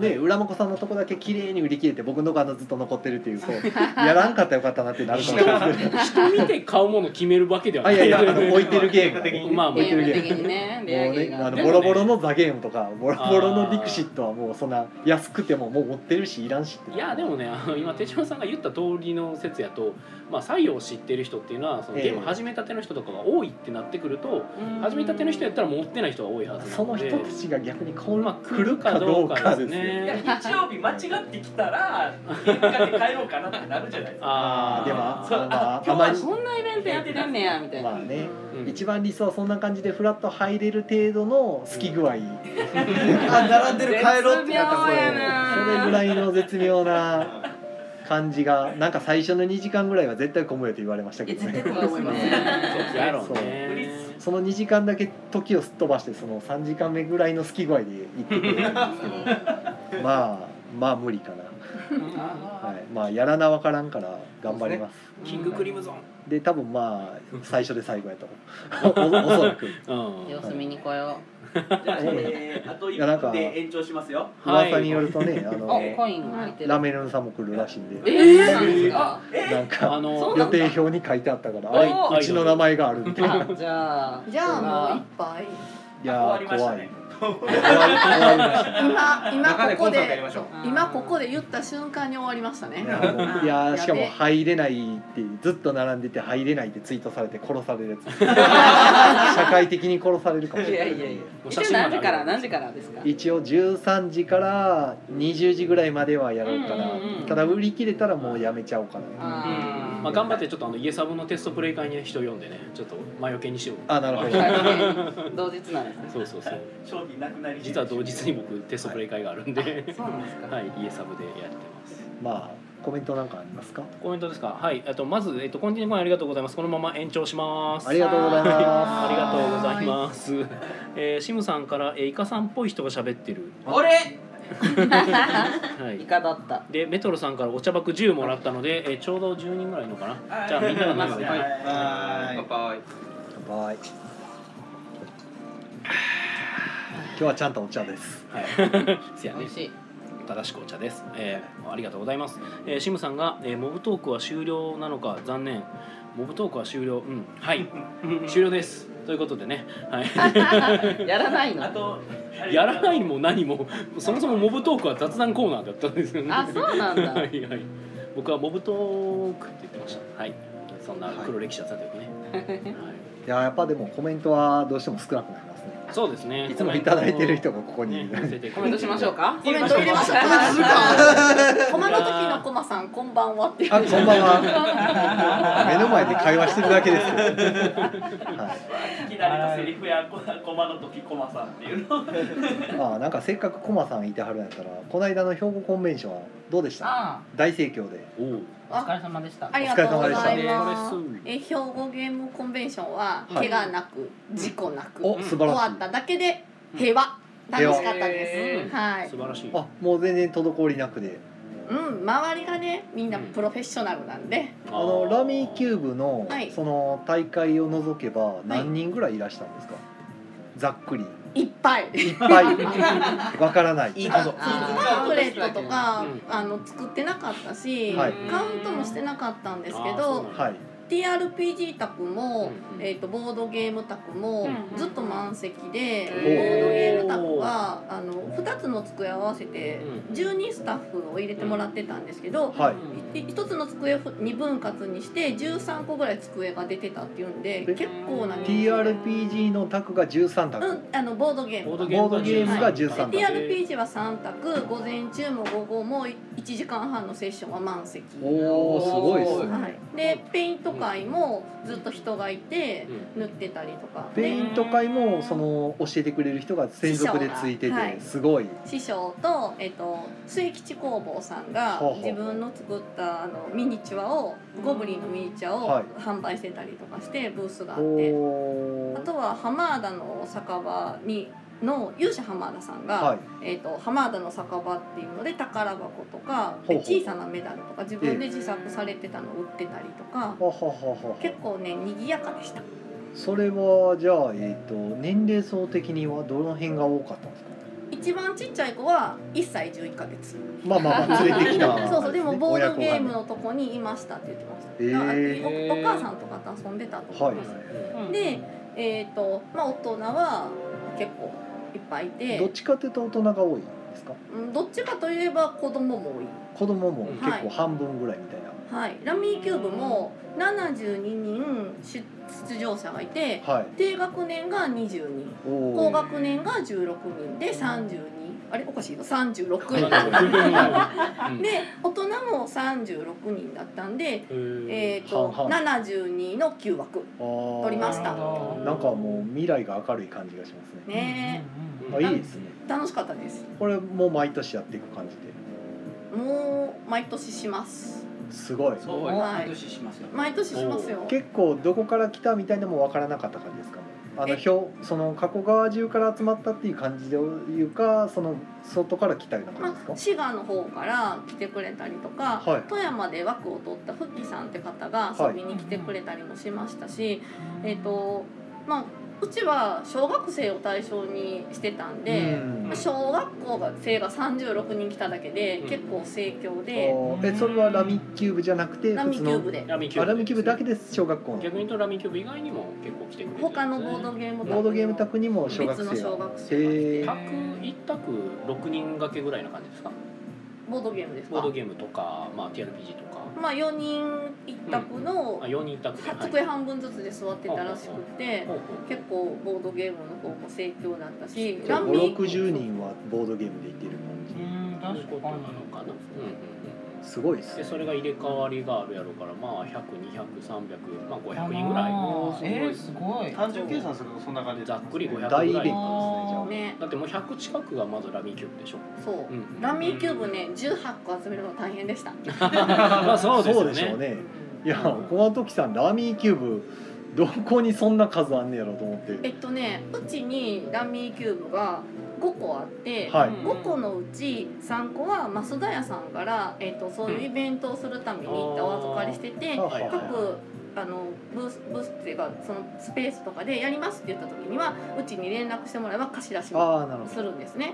ね浦真子さんのとこだけ綺麗に売り切れて僕のがずっと残ってるっていうこうやらんかったらよかったなってなるかもしれないですけど
*laughs* 人見て買うもの決めるわけでは
あ
ないい
やいやあの置いてるゲーム
まあ
置いてるゲ
的
ーム
にねレア
もう
ゲー
ね、
が
あの
で
ボ
も
ロボロのザゲームとかボロボロのディクシットはもうそんな安くてももう持ってるしいらんしって
いやでもねあの今手嶋さんが言った通りの説やと、まあ、採用を知ってる人っていうのはその
ええ
ゲーム始めたての人とかが多いってなってくると、始めたての人やったら持ってない人が多いはずな
その
ので
人たちが逆にこん
来るかどうかですね
いや日曜日間違ってきたら結果で帰ろうかなってなるじゃないですか
あーでもあ
そう
まあ
今
あ
日は
まり
こんなイベントやってんねやみたいな、
まあね、一番理想はそんな感じでフラッと入れる程度の好き具合、
あ並んでる帰ろうってなった
そうそれぐらいの絶妙な感じがなんか最初の2時間ぐらいは絶対こむよと言われましたけどね
そうやろうね
そうその2時間だけ時をすっ飛ばしてその3時間目ぐらいの好き具合で行って
*laughs*
くれるんですけどまあまあ無理かな、はい、まあやらなわからんから頑張ります
キングクリムゾン
で多分まあ最初で最後やとおおそらく、
様子見に来よ
じゃあ、えーあと
いやなん
1
か
分で延長しますよ
噂によるとね、あの
おコインが入ってる
ラメルンさんも来るらしいんで、
えーそうなんですか
なんか
あ
そ
の
うな
予
んだ
定表に書いてあったから、
お
あ
ー
れうちの名前があるみたいな。
じゃあ
じゃあもう一杯
いやー怖い。
今今こ
中
こ
でコンサートや
で
りましょう
今ここで言った瞬間に終わりましたね。
いや
あ
ーしかも
やべ
入れないってずっと並んでて入れないってツイートされて殺されるやつ社会的に殺されるかもし
いや
れない
いやいや。一応何時から何時からですか。
一応13時から20時ぐらいまではやろうかな、ただ売り切れたらもうやめちゃおうかな、
まあ、頑張ってちょっとあのイエサブのテストプレイ会に人を呼んでねちょっと魔除けにしよう
あなるほど
*laughs* 同日なんですね
そうそうそう
商品なくなり
実は同日に僕テストプレイ会があるんで、
そうなんですか
はいイエサブでやってます
まあコメントなんかありますか *laughs*
コメントですかはいえっとまず、えっと、コンティニューコインありがとうございますこのまま延長します
ありがとうございます
はいありがとうございます、えー、シムさんから、えー、イカさんっぽい人が喋ってる
俺。
はい
イカだった。
でメトロさんからお茶爆10もらったので、えー、ちょうど10人ぐらいいるのかなじゃあみんなの中で
はい
乾
杯
乾杯今日はちゃんとお茶です
はい、せやね
美味しい。
正しくお茶です、えーありがとうございます、えーシムさんが、えーモブトークは終了なのか残念モブトークは終了うんはい終了ですということでね、はい、 *laughs*
やらないの。
あと
*laughs*
やらないも何もそもそもモブトークは雑談コーナーだったんですよね
あそうなんだ
*laughs* はいはい、僕はモブトークって言ってましたはいそんな黒歴史だったというね、
いややっぱでもコメントはどうしても少なくなりますね
そうですね
いつもいただいてる人がここにいる、
コメントしましょうか。
コメント入れましょう。コメントするか。コマの時のコマさん、こんばんはっていう。
あこんばん
*laughs*
は目の前で会話してるだけですけど
聞き慣れたセリフやこコマの時コマさんっていうの
ああなんかせっかくコマさんいてはるんやったらこの間の兵庫コンベンションはどうでした
あ
大盛況で
お疲れ様でした。
ありがとうございま
お
す
疲れ様でし。
え、兵庫ゲームコンベンションは、
はい
怪我なく、事故なく、
お素晴らしい
終わっただけで、平和。楽しかった
平
です。はい
素。晴らしい
あもう全然滞りなくで
うん、周りがね、みんなプロフェッショナルなんで。
あのラミーキューブの
はい
その大会を除けば何人ぐらいいらしたんですか、ざっくり
いっぱい。
いっぱいわからない
いいこと *laughs* パンフレットとか、あの作ってなかったし、
はい
カウントもしてなかったんですけ
あ
ど、
はい
TRPG 宅も、えー、とボードゲーム宅も、ずっと満席で、
へー
ボードゲーム宅はあの2つの机合わせて12スタッフを入れてもらってたんですけど、
はい
い一つの机を2分割にして13個ぐらい机が出てたっていうんで結構な人
TRPG の卓が13卓、
うん、あのボードゲーム
ボードゲームがボードゲームが13
はい
択
TRPG は3択午前中も午後も1時間半のセッションは満席
おーすごいですね
はい、でペイント会もずっと人がいて塗ってたりとか
ペイント会もその教えてくれる人が専属でついて
師匠がは
て
い
すごい
師匠と,、えっと末吉工房さんが
ほうほう
自分の作ったあのミニチュアをゴブリンのミニチュア
は
を
い
販売してたりとかしてブースがあって、
お
あとは浜田の酒場にの勇者浜田さんが、
はい
えー、と浜田の酒場っていうので宝箱とか
ほうほう
小さなメダルとか自分で自作されてたのを売ってたりとか、
はははは
結構ね賑やかでした。
それはじゃあ、えー、と年齢層的にはどの辺が多かったんですか
一番ちっちゃい子は1歳11ヶ月
まあまあまあ連れて
*laughs*
きた
そうそうでもボードゲ
親
ー
子
ム
が
のとこにいましたって言ってました、
へー
だからおお母さんとかと遊んでたと
は
思います、
い、
でえっ、とまあ大人は結構いっぱいいて
どっちかというと大人が多いんですか
うんどっちかといえば子供も多い
子供も
はい
結構半分ぐらいみたいな、
はい、ラミーキューブも72人出出場者がいて、
はい
低学年が20人
おー
高学年が16人で32あれおかしいの36人で大人も36人だったんで、えー、と
半々
72の9枠
あー
取りまし
な
た
んかもう未来が明るい感じがしますね
ね
あいいですね
え楽しかったです
これもう毎年やっていく感じで
もう毎年します
すごい
ごい毎年
しますよ
毎年しますよ
結構どこから来たみたいなのも分からなかった感じですかねあの表その加古川中から集まったっていう感じでいうかその外から来たような感
ま
じです
あ、
か
滋賀の方から来てくれたりとか、
はい
富山で枠を取ったふっきさんって方が遊びに来てくれたりもしましたし、えっ、とまあうちは小学生を対象にしてたんで、
うん
まあ小学校が生が36人来ただけで結構盛況で、
えそれはラミキューブじゃなくて
ラミキューブで
普通のあラミキューブだけです小学校の
逆に言うとラミキューブ以外にも結構来てくれてるんです
他
ね
のボードゲー
ボ
ム
ードゲーム宅にも小学生が
別の小学
へえ
卓一卓6人掛けぐらいな感じですか
ボードゲームです
ボー
か
ドゲームとか、まあ、TRPG とか
まあ4人一択の
あ4人卓
は机半分ずつで座ってたらしくて
ほう
結構ボードゲームの方も盛況だったし
じゃ
ラ
あ5
ミ
60人はボードゲームでいける感じ
確かなのかな、
すごいっす
でそれが入れ替わりがあるやろうからまあ100200300500、まあ、500人ぐらい
えーすごい
単純計算するとそんな感じざっくり500ぐらい
大イベントですね
ね
だってもう100近くがまずラミーキューブでしょ
そう
うんうん
ラミーキューブね18個集めるの大変
*laughs*
でした。
*laughs* まあそうですよね
でしょうねいやこの時さんラミーキューブどこにそんな数あんねやろと思って
えっとねうちにラミーキューブが5個あって、
はい
5個のうち3個は増田屋さんから、えっと、そういうイベントをするためにお預かりしてて、
あーはいはいはい
各あのブースブースっていうかそのスペースとかでやりますって言った時にはうちに連絡してもらえば貸し出し
あーなるほ
も
ど
するんですね。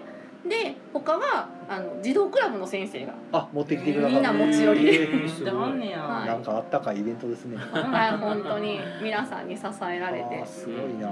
で他はあの児童クラブの先生
*laughs*
が
あ持ってきてくださ
みんな持ち寄りで
すごい
なんねや
なんかあったかいイベントですね
はい、本当に皆さんに支えられて
すごいな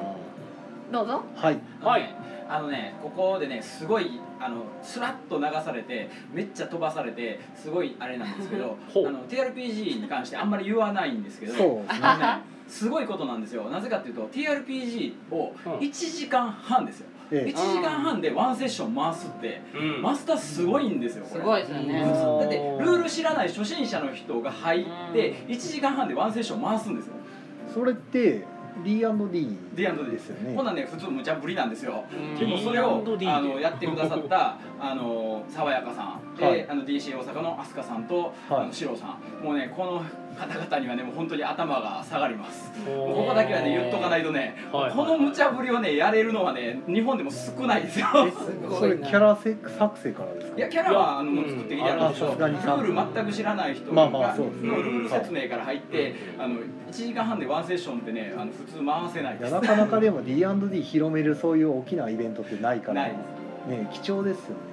どうぞ
はい
はい
あのねここでねすごいあのスラッと流されてめっちゃ飛ばされてすごいあれなんですけ
*laughs*
どあの TRPG に関してあんまり言わないんですけど
そうですね
あのねすごいことなんですよなぜかっていうと TRPG を1時間半ですよ、
ええ
1時間半でワンセッション回すって、マスターすごいんですよこれ
すごいですよね
うんだってルール知らない初心者の人が入って1時間半でワンセッション回すんですよ
それって D&D ですよね
ほんなんね普通無茶ぶりなんですよ
ん
でもそれを
D&D
あのやってくださったあの爽やかさんで、
はい
あの DC 大阪の飛鳥さんと、
はい
あのシロさんもうねこの方々にはねもう本当に頭が下がりますもうここだけはね言っとかないとね、この無茶ぶりをねやれるのはね日本でも少ないですよ
それキャラせ作成からですか
いやキャラはあの作ってきてやるんですけど、
うんあ
ル
らさすがに
ール全く知らない人が
まあまあそうですね
のルール説明から入って、あの1時間半でワンセッションってねあの普通回せない
い
で
や
す
なかなかでも D&D 広めるそういう大きなイベントってないからね貴重ですよね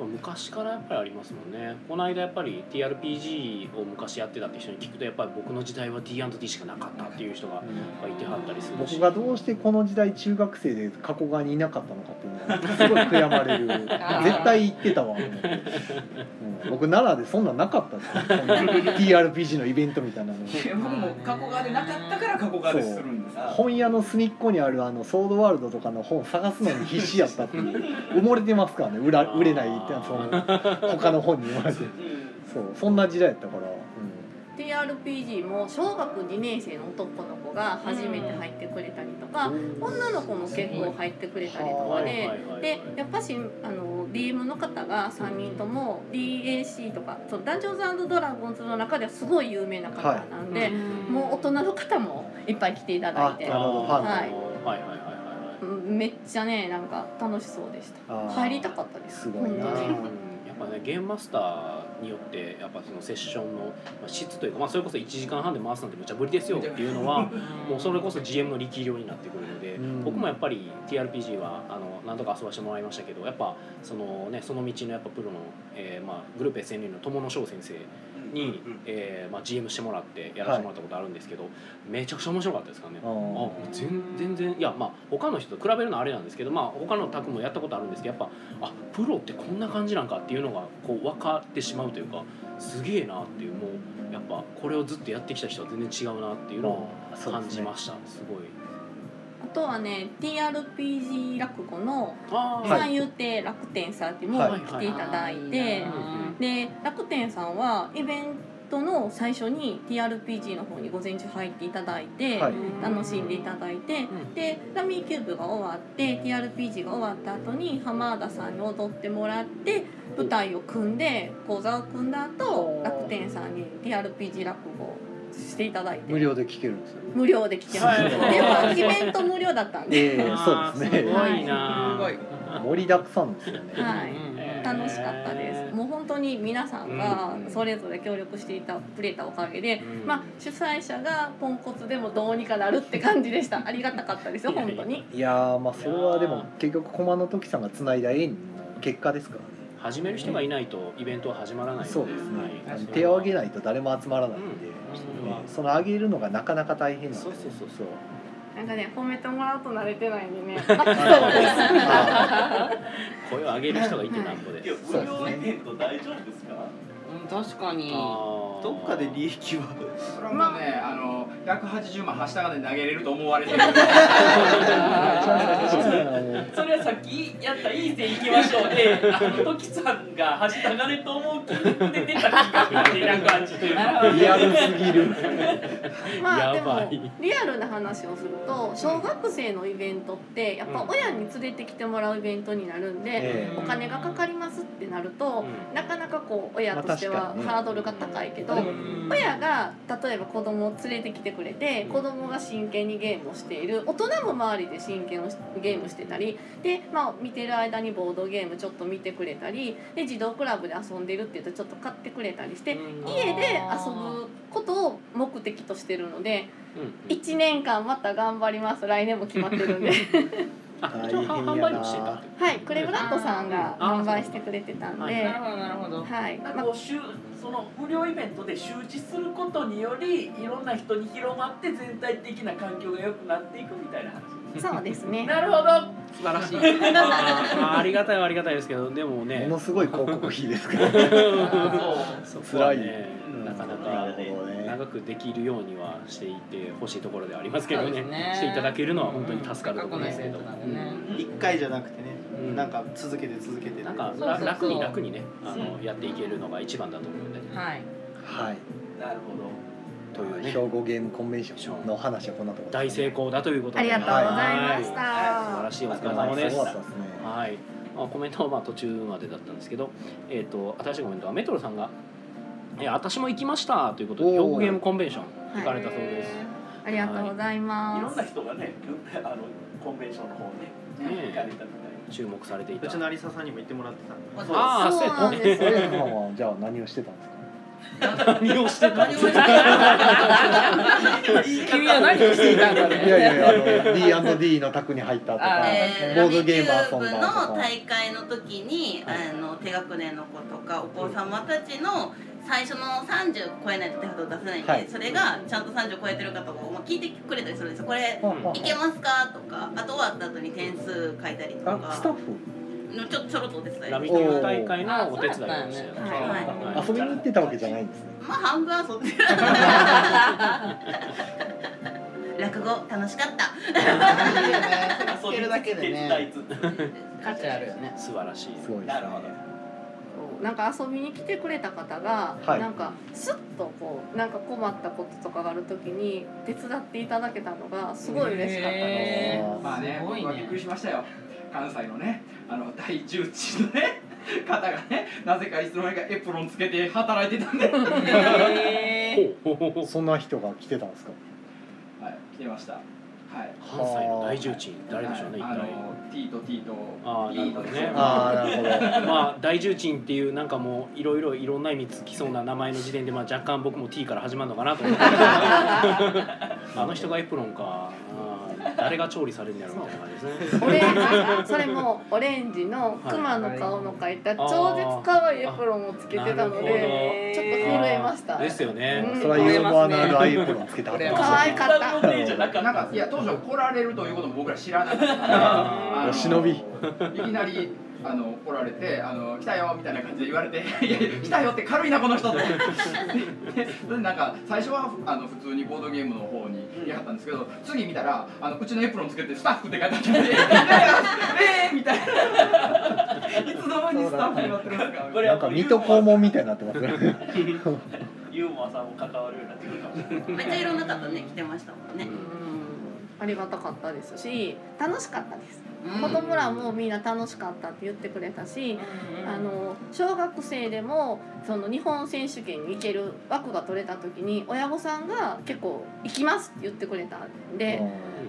昔からやっぱりありますもんねこの間やっぱり TRPG を昔やってたって人に聞くとやっぱり僕の時代は D&D しかなかったっていう人がやっぱいてはったりするし
僕がどうしてこの時代中学生で過去側にいなかったのかっていうのがすごい悔やまれる絶対行ってたわと思って、うん僕奈良でそんなんなかったですよそんな TRPG のイベントみたいなの
*laughs* いや僕も過去側でなかったから過去側でするんです
本屋の隅っこにあるあのソードワールドとかの本探すのに必死やったっていう埋もれてますからね売ら売れないってその他の本に埋もれてそうそんな時代やったから、う
TRPG も小学2年生の男の子が初めて入ってくれたりとか、女の子も結構入ってくれたりとかで、でやっぱしあの DM の方が3人とも DAC とかそのダンジョンズドラゴンズの中ではすごい有名な方なんで、
はい
もう大人の方もいっぱい来ていただいて、
あなるほどファンの
はい
はいはいはいはい
うんめっちゃねなんか楽しそうでした
あー
入りたかったです
すごいな
本当に
やっぱねゲームマスターによってやっぱそのセッションのまあ質というか、まあ、それこそ1時間半で回すなんて無茶ぶり
*laughs*
ですよっていうのはもうそれこそ GM の力量になってくるので
うん
僕もやっぱり TRPG はあの何とか遊ばせてもらいましたけどやっぱその,、ね、その道のやっぱプロの、えーまあ、グループ SNN の友野翔先生に、えーまあ、GM してもらってやらせてもらったことあるんですけど、めちゃくちゃ面白かったですからね。
あー
あ全全然いやまあ他の人と比べるのはあれなんですけどまあ他の宅もやったことあるんですけどやっぱあプロってこんな感じなんかっていうのがこう分かってしまうというかすげえなっていうもうやっぱこれをずっとやってきた人は全然違うなっていうのを感じました、すごい。
あとはね TRPG 落語の
あー
三遊亭楽天さんっていうのも
はい
来ていただいて、で楽天さんはイベントの最初に TRPG の方に午前中入っていただいて、
はい
楽しんでいただいて、でラミーキューブが終わって TRPG が終わった後に浜田さんに踊ってもらって舞台を組んで講座を組んだ後楽天さんに TRPG 落語をしていただいて
ん無料で聞けるんですよ
無料で来てます。
はい
でもイベント無料だったんで。
ええそうですね
すごいな
盛りだくさんですよね
はい。楽しかったですもう本当に皆さんがそれぞれ協力していたくれたおかげで、まあ、主催者がポンコツでもどうにかなるって感じでしたありがたかったですよ本当に。
いやーまあそれはでも結局駒の時さんが繋いだ縁の結果ですからね
始める人がいないとイベントは始まらないの
そうですね、
はい
手を挙げないと誰も集まらないんで、ねその上げるのがなかなか大変なんでそう
そうそう
そう
なんかね褒めてもらうと慣れてないん *laughs* でね。
*laughs*
*laughs*
声を上げる人がいてなんぼで
や無料イベント大丈夫ですか
うん確かに
どっかで利益は
それはもうね、あの180万はした金で投げれると思われ
*laughs*
てる。
それはさっきやった「いいぜ行きましょう」であのトキさんが「はしたがれと思う」気で出た企画が280
リアルすぎる
*laughs* まあで
やば
も
い
リアルな話をすると小学生のイベントってやっぱ
うん
親に連れてきてもらうイベントになるんで
ええ
お金がかかりますってなるとなかなかこう親として
まあ
は
確かにね
ハードルが高いけど親が例えば子供を連れてきてくれて子供が真剣にゲームをしている大人も周りで真剣をしゲームしてたりでまあ見てる間にボードゲームちょっと見てくれたりで児童クラブで遊んでるって言うとちょっと買ってくれたりして家で遊ぶことを目的としてるので。一年間また頑張ります来年も決まってる
*laughs*
んで
大
変やな
はいクレグラットさんが販売してくれてたんで
なるほどなるほど
はい
なんかこう周その無料イベントで周知することによりいろんな人に広まって全体的な環境が良くなっていくみたいな話
そうですね
なるほど
素晴ら
*laughs*
しい
あーありがたいはありがたいですけどでもね
ものすごい広告費です
*laughs*
から
そこ
辛
はいねなかなか長くできるようにはしていってほしいところではありますけど
そうで
ね
すね
していただけるのは本当に助かるところですけど、
一回じゃなくてね、なんか続けて続けて
なんか
そうそう
ら
そう
楽に楽にねあ
う
のやっていけるのが一番だと思うんでね
はい
はい
なるほど
という、ね、兵庫ゲームコンベンションの話はこんなところ
大成功だということで
ありがとうございました
はい素晴らしいお疲れ様です
すごかったですね
はいまあコメントはまあ途中までだったんですけど、えー、と新しいコメントはメトロさんが「え私も行きました」ということで兵庫ゲームコンベンション行かれたそうです、
ありがとうござい
い
ま
ろん
す、
な人がね *laughs* あのコンベンションの方で、ね、行かれたみたいな
注目されていた
うちの有沙さんにも言ってもらってたんで
あーそうやったねそうなんですよ
エレファ *laughs* ンはじゃあ何をして *laughs* たんですか
何をしてた
君は何をしていたんだ
*laughs*
ね
いやいやいやあの D&D の宅に入ったとか
あえ
ボードゲーム遊
部
ん
の
だとか
大会の時に、あの低学年の子とかお子様たちの最初の30超えないと手札を出せないんで、
はい
それがちゃんと30超えてるかとかを、まあ、聞いてくれたりするんですよこれ、
うん
いけますかとかあと終わった後に点数書いたりとか
あスタッフ
のちょちょろっとお手伝いして
ラビキュー大会のお手伝いをしてた
はい
あ遊びに行ってたわけじゃないんですね
まあ半分遊ん
*laughs*
でる落語楽しかった
遊びだけでね
価値あるよ
ね素晴らしい
すごい
なるほど
なんか遊びに来てくれた方が、
はい
なんかスッとこうなんか困ったこととかがあるときに手伝っていただけたのがすごい嬉しかったで
まあね、僕はびっくりしましたよ。関西のね、あの大重鎮のね、方がね、なぜかいつの間にかエプロンつけて働いてたんで。
そんな人が来てたんですか
はい、来てました。はい。
関西の大重鎮誰でしょうね一
あ
体
の T と T と
ああなる
E
ほ
と
ど
ね
ね。
*laughs*
まあ大重鎮っていうなんかもういろいろいろんな意味つきそうな名前の時点でまあ若干僕も T から始まるのかなと
*laughs*
思ってあの人がエプロンかあー誰が調理されるんやろうみたいな感じですね
す。俺それもオレンジの熊の顔の描いた超絶可愛いエプロンをつけてたのでちょっと震えました。
ですよね
うん
それはユーモアのあるアイプロンつけてはった
可愛かった。
なんかいや当初来られるということも僕ら知らなかったからあの
忍び
*laughs* いきなりあの来られてあの「来たよ」みたいな感じで言われて「いやいや来たよ」って軽いなこの人ってででなんか最初はあの普通にボードゲームの方にやったんですけど次見たらあのうちのエプロンつけて「スタッフ」って書いてあって「え *laughs* えー!」みたいないつの間にスタッフになってるんですか
なんか水戸黄門みたいになってますね
ユーモアさんも関わるようになってくるかもしれない
めっちゃいろんな方ね来てましたもんね、
ありがたかったですし楽しかったです、子供らもみんな楽しかったって言ってくれたし、あの小学生でもその日本選手権に行ける枠が取れた時に親御さんが結構「行きます」って言ってくれたんで。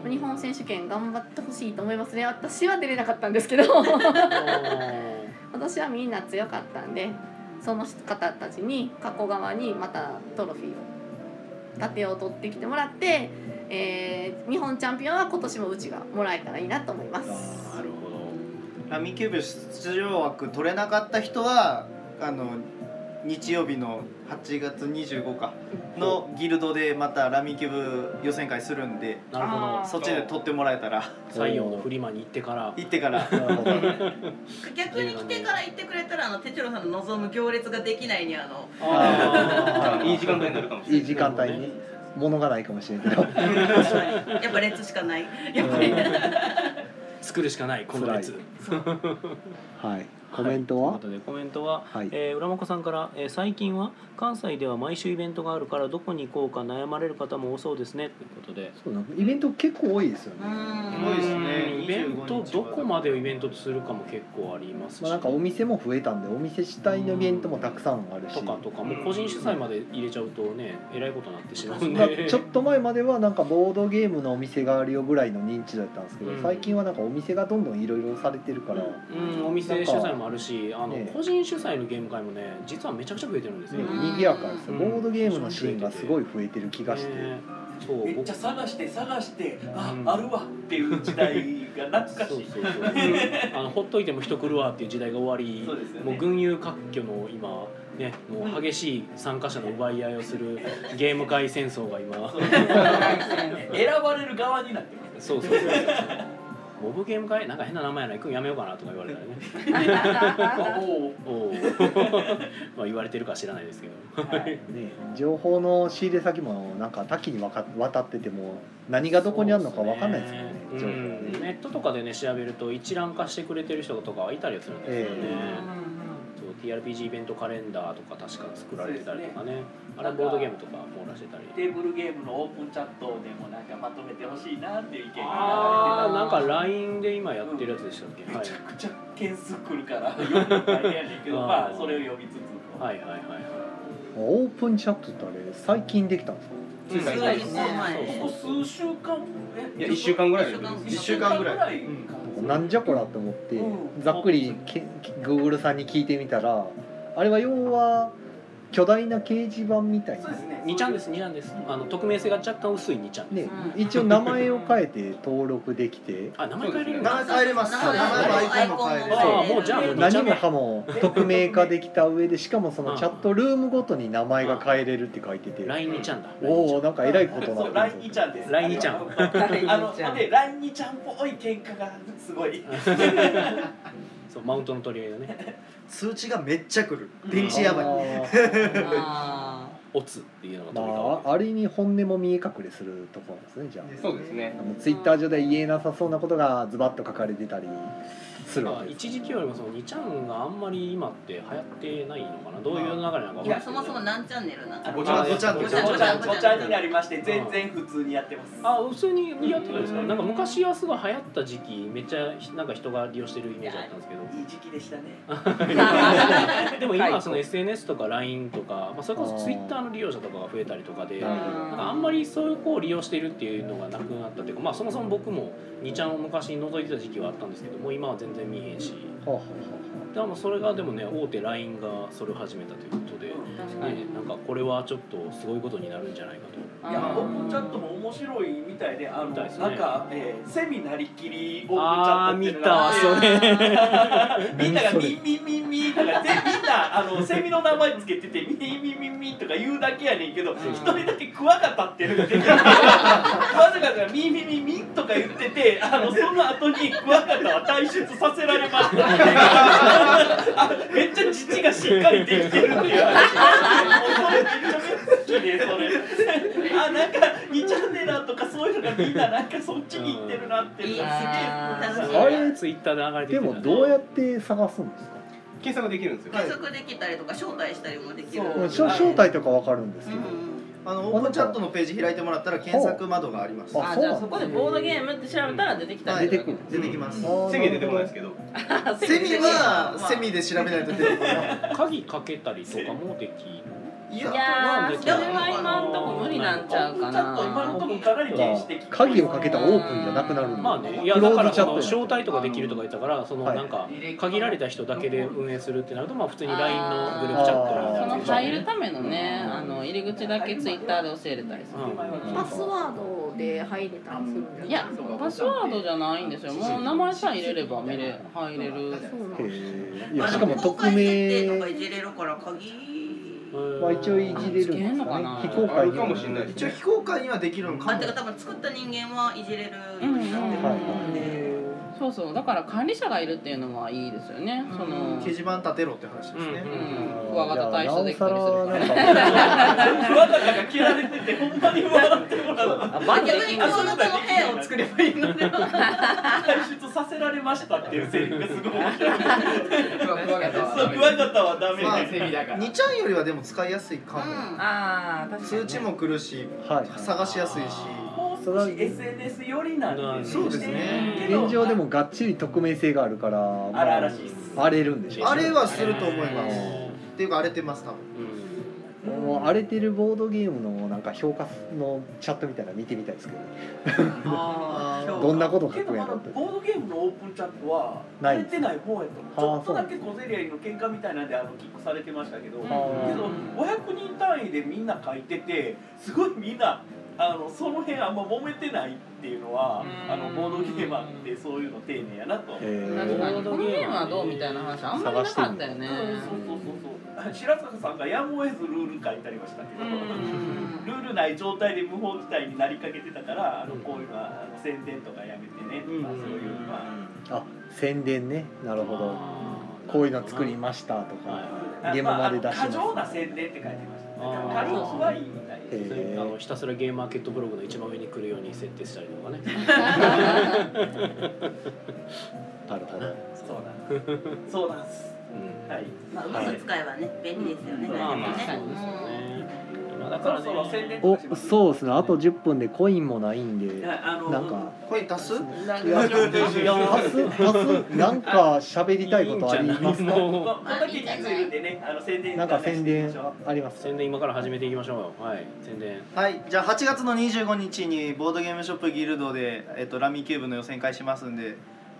日本選手権頑張ってほしいと思いますね私は出れなかったんですけど子今年はみんな強かったんでその方たちに過去側にまたトロフィーを盾を取ってきてもらって、えー日本チャンピオンは今年もうちがもらえたらいいなと思います。
なるほど
ラミキューブ出場枠取れなかった人はあの日曜日の8月25日のギルドでまたラミキューブ予選会するんで
なるほど
そっちで取ってもらえたら
採用のフリマに行ってから
行ってから
逆に来てから行ってくれたらあの哲郎さんの望む行列ができないにあの
あー
いい時間帯になるかもしれない
いい時間帯に物がないかもしれないけど
*laughs* やっぱ列しかないやっぱり
作るしかないこの列
はいコメントは、
でコメントは、
はい
えー浦真子さんから、えー最近は関西では毎週イベントがあるからどこに行こうか悩まれる方も多そうですねということで
そうなんイベント結構多いですよね、
多いですねイベントどこまでをイベントとするかも結構ありますし、
まあ、なんかお店も増えたんでお店主体のイベントもたくさんあるし
とかとかもう個人主催まで入れちゃうとねえらいことになってしまうん
まあ
で
ちょっと前まではなんかボードゲームのお店があるよぐらいの認知だったんですけど、
うん
最近はなんかお店がどんどんいろいろされてるから、
うん、お店主催もあるしあの、
ね
個人主催のゲーム会もね実はめちゃくちゃ増えてるんですよ、
ね、賑やかですよ
うん
ボードゲームのシーンがすごい増えてる気がして、
そう
めっちゃ探して探してあ、あるわっていう時代が懐かしい
あのほっといても人来るわっていう時代が終わりもう群雄割拠の今ねもう激しい参加者の奪い合いをするゲーム会戦争が今
選ばれる側になってます
そうそうそうそうモブゲーム会なんか変な名前やな行くんやめようかなとか言われたらねおお *laughs* まあ言われてるか知らないですけど、 *laughs*
ね、情報の仕入れ先もなんか多岐にわか渡ってても何がどこにあるのかわかんないですよね
うん
情報
ネットとかでね調べると一覧化してくれてる人とかはいたりはするんですよね、そう TRPG イベントカレンダーとか確か作られてたりとかねあれボードゲームとか網羅してたり
テーブルゲームのオープンチャットでもなんかまとめてほしいなっていう意見
ああ
が
なんか
流れてた
LINE で今やってるやつでしたっけ、はい、
めちゃくちゃ件数来るから *laughs* 読むの大変やねんけど
あー
まあそれを読みつつ
はいはいはい
オープンチャットってあれ最近できたんですか
つい最近ですねここ数週間え
いや一週間ぐらい
一週間ぐらいか
なんじゃこらと思って、
う
ざっくりけ Google さんに聞いてみたらあれは要は巨大な掲示板みたいな、
2ちゃんです2ちゃんですあの匿名性が若干薄い2ちゃんです、
ね、一応名前を変えて登録できて
あ名前変えれる
名前変えれます名前もアイコンも変えれる
ああもうじゃあもう2ちゃ
何
ん
も
だ
かも匿名化できた上でしかもそのチャットルームごとに名前が変えれるって書いてて
LINE2 ちゃんだ
おおなんかえらいことにな
そ
っ
う
て
ラインにちゃんです
ラインにちゃん
あのほんでラインにちゃんっぽい喧嘩がすごい
そうマウントの取り合いだね
*laughs* 通知がめっちゃ来る電池やばい
*laughs* オツっていうのが
まあ、ある意味本音も見え隠れするところですねじゃあ
そうですね
あのツイッター上で言えなさそうなことがズバッと書かれてたりするわけです
一時期よりもその2ちゃんがあんまり今って流行ってないのかなどういう流れなのか分かんない
いやそもそも何チャンネルなん
ごちゃんごちゃん
ご
ご
ち
ち
ゃ
ゃ
ん
ん
ごちゃんごちゃんになりまして全然普通にやってます
あ普通にやってたんですかなんか昔はすごい流行った時期めっちゃなんか人が利用してるイメージだったんですけど
いい時期でしたね
*laughs* でも今はその SNS とか LINE とか、まあ、それこそ Twitter の利用者とかが増えたりとかでなんかあんまりそういう子を利用してるっていうのがなくなったというか、まあ、そもそも僕も2ちゃんを昔覗いてた時期はあったんですけどもう今は全然見えへんし
はあは
でもそれがでもね大手 LINE がそれを始めたということで、ね、なんかこれはちょっとすごいことになるんじゃないかと。
いやオープンチャットも面白いみたいであの
みたいですね
なんか、えーセミなりきりオ
あ
ー
ー
プンチャットって
見
いうの
た
が
わそれ
みんながミンミンミンミンとか全みんなあのセミの名前つけててミンミンミンミンとか言うだけやねんけど一人だけクワガタってるって言ってわざわざミンミンミンミンとか言っててあのその後にクワガタは退出させられましたあめっちゃ父がしっかりできてるっていう話もうそれめちゃめちゃ好きでそれ *laughs* あなんか2チャンネルとかそういうのがみんななんかそっちに行ってるなっていうのがすげえ
あれ
ツイッターで流れ
でもどうやって探すんですか
検索できるんですよ
検索できたりとか招待したりもできる
うん正正体とかわかるんですけど、
あのオープンチャットのページ開いてもらったら検索窓があります
あじゃあそこでボードゲームって調べたら出てきた
はい
り
出
と
て
か
くる出てきます
セミ出てこないですけど
セミはセミで調べないと出てこない
鍵かけたりとかもできる
いやーそれは今んとこ無理なんちゃうかな
今のとこかなり原始的
鍵をかけたオープンじゃなくなるんで
まあねいや
クロ
だ
ーズ
から
チャ
そ
ッ
の
トに
招待とかできるとか言ったからそのなんか限られた人だけで運営するってなるとまあ普通に LINE のグループチャットに
そ
なる
の
でしょうね
入るためのね、あの入り口だけツイッターで教えれたりする。
パスワードで入れたりするんだよね
いや、パスワードじゃないんですよ。もう名前さえ入れれば見れ入れる。
いやしかも匿名
なんかいじれるから鍵
は一応いじれるんですかね非公開には
一応非公開にはできるのか
あ
も
てか多分作った人間はいじれる
そうそう、だから管理者がいるっていうのはいいですよね。その
掲示板立てろって話ですね
クワガタ対処できたりするから。
クワガタが切られててほんまに笑ってもらう
あバンダイキング
そんなの部屋を作ればいいのでは *laughs* 退出させられましたっていうセリフがすごい面白い
クワガタは
そうクワガタはダメ
まあ
セミだから
2ちゃんよりはでも使いやすいかも、
ああ
通知も来るし、探しやすいし
もう少し SNS 寄りなんで
そうですね
現状でもがっちり匿名性があるからまあ
荒々しいっ
荒れるんでしょうね
あれはすると思いますっていうか荒れてます多分、
もう荒れてるボードゲームのなんか評価のチャットみたいなの見てみたいですけどねどんなこと書くんやろって
ボードゲームのオープンチャットは
な
さ
い
れてない方やと
あ
思う
ー
ちょっとだけ小競り合いの喧嘩みたいなんであのキックされてましたけど、
ん
けど500人単位でみんな書いててすごいみんなあのその辺あんま揉めてないっていうのは、あのボードゲーマーってそういうの丁寧やなと、
確かにこのゲームはどうみたいな話あんまりなかったよね。
白坂さんがやむを得ずルール書いたりはしたけど、ルールない状態で無法地帯になりかけてたからあのこういうのはあの宣伝とかやめてねとかそういうのは
あ宣伝ねなるほどこういうの作りましたとかゲームまで出しま
過
す
剰な宣伝って書いてましたね
あー
軽くはいいみたい
それあのひたすらゲームマーケットブログの一番上に来るように設定したりとかね
なるほど
そうなん
*laughs*
ですそうなんです、はい
まあうまく使えばね便利ですよね
まあまあ
ね
まあだからねそろそろ宣伝
おそうですねあと10分でコインもないんでなんか
声足す
なん
いや足す足すなんか喋りたいことありますか
ここんだけ人数いるんでねあの宣伝
なんか宣伝あります
宣伝今から始めていきましょうよはい宣伝
はい、じゃあ8月の25日にボードゲームショップギルドで、えっと、ラミキューブの予選会しますんで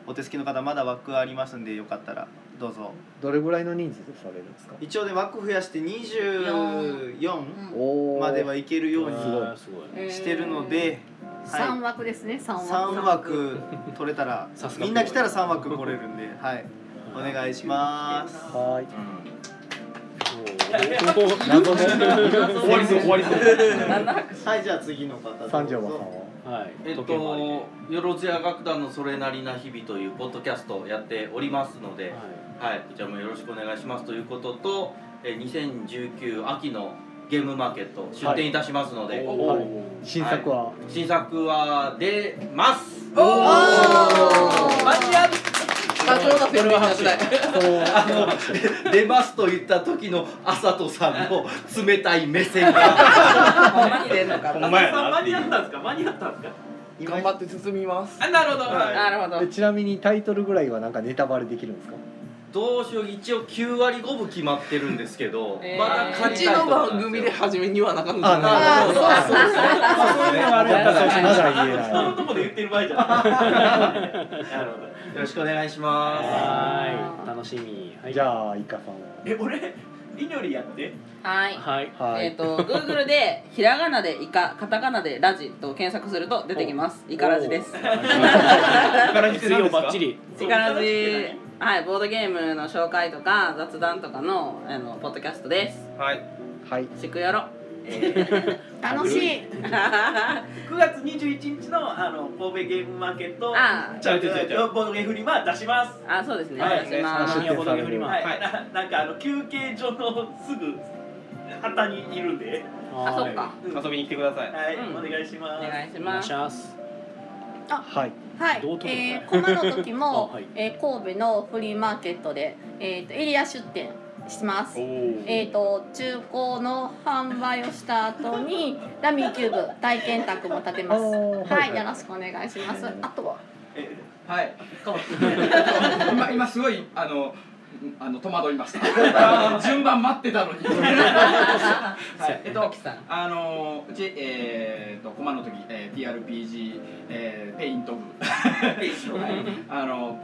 お手すきの方まだ枠ありますんでよかったらどうぞ
どれぐらいの人数でされるんですか
一応ね枠増やして24
お
まではいけるよう
あー
にしてるので
三枠ですね三枠
3枠取れたらみんな来たら3枠来れるんではいお願いします
はい
謎
謎
*laughs* の
の
終わりそう終わりそう
はい
じゃあ次の方
三条和さん
はい
えっとよろずや楽団のそれなりな日々というポッドキャストをやっておりますので、はい、こちらもよろしくお願いしますということと、えー2019秋のゲームマーケット出店いたしますので、
ははい新作は
新作は出ます。
おー
マジや
バトルがフェルマ
そあの出ますと言った時のあさとさんの冷たい目
*laughs*
線が
ほんまに出んのか
ほんまやな
間に合ったんですか間に合ったんですか
頑張って進みます
あなるほど、
なるほ
えちなみにタイトルぐらいはなんかネタバレできるんですか
どうしよう一応9割5分決まってるんですけど、
えー
まだ勝
う
ち
ち
たい
の
とこな
番
んです
組
よ
で初めにはなかった
あーそうそうそうそういうのがあるやったらそうしましょう
まだ言えない
人のとこで言ってる場合じゃない
*laughs* よろしくお願いします
はい楽しみはい
じゃあイカさんは
え俺イノリやって
はい。
はい
はい
えっ、と Google でひらがなでイカ、カタカナでラジと検索すると出てきます。イカラジです。
から必要バッチリ
イカラジ、はい、ボードゲームの紹介とか雑談とかのあのポッドキャストです。
はい
はい
しくやろ。
楽し
*laughs*
い
は
9月21日のあの神戸ゲームマーケット
あー
ちゃうちゃうちゃうちゃうボードゲームフリマ出します
あ、そうですね。
はい
お願いします。
お願いしますボードゲームフリマ
は
はい
い。
ななんかあの休憩所のすぐ旗にいるんで
あそっか
遊びに来てください
はい、お願いします
お願いします
お願いします
はい
はい
どうと、か
えー、コマの時も
*laughs* あはい、
えー、神戸のフリーマーケットで、えー、とエリア出店します
おー
えー、と中古の販売をした後にラミーキューブ体験宅も建てます
おー
はい、
はい
よろしくお願いしますあとは
*laughs* はい。今今すごいあのあの戸惑いました *laughs* 順番待ってた *laughs* のに、はい、えっとあのうちえーっと駒の時、えー、TRPG、えー、ペイント部はいあの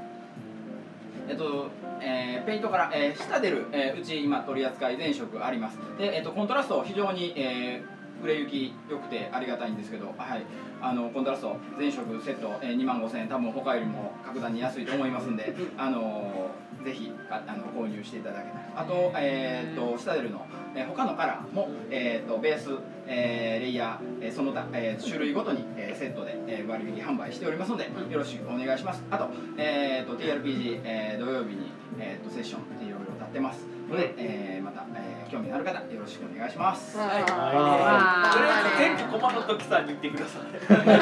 えっとえーペイントから、えー下出る、えーうち今取り扱い全色ありますで、えっとコントラスト非常に、えー売れ行き良くてありがたいんですけど、はい、あのコントラスト全色セット、えー、2万5000円多分他よりも格段に安いと思いますんで、あのーぜひああの購入していただけたらあと,、えー、とシタデルの、えー他のカラーも、えー、とベース、えーレイヤー、えーその他、えー種類ごとに、えーセットで、えー割引販売しておりますのでよろしくお願いしますあと,、えー、と TRPG、えー土曜日に、えー、とセッションえーいろいろ立ってますので、えーまた、えー興味のある方よろしくお願いします、
はい、
はい
とりあえず全部駒の時さんに言ってください。はい。
は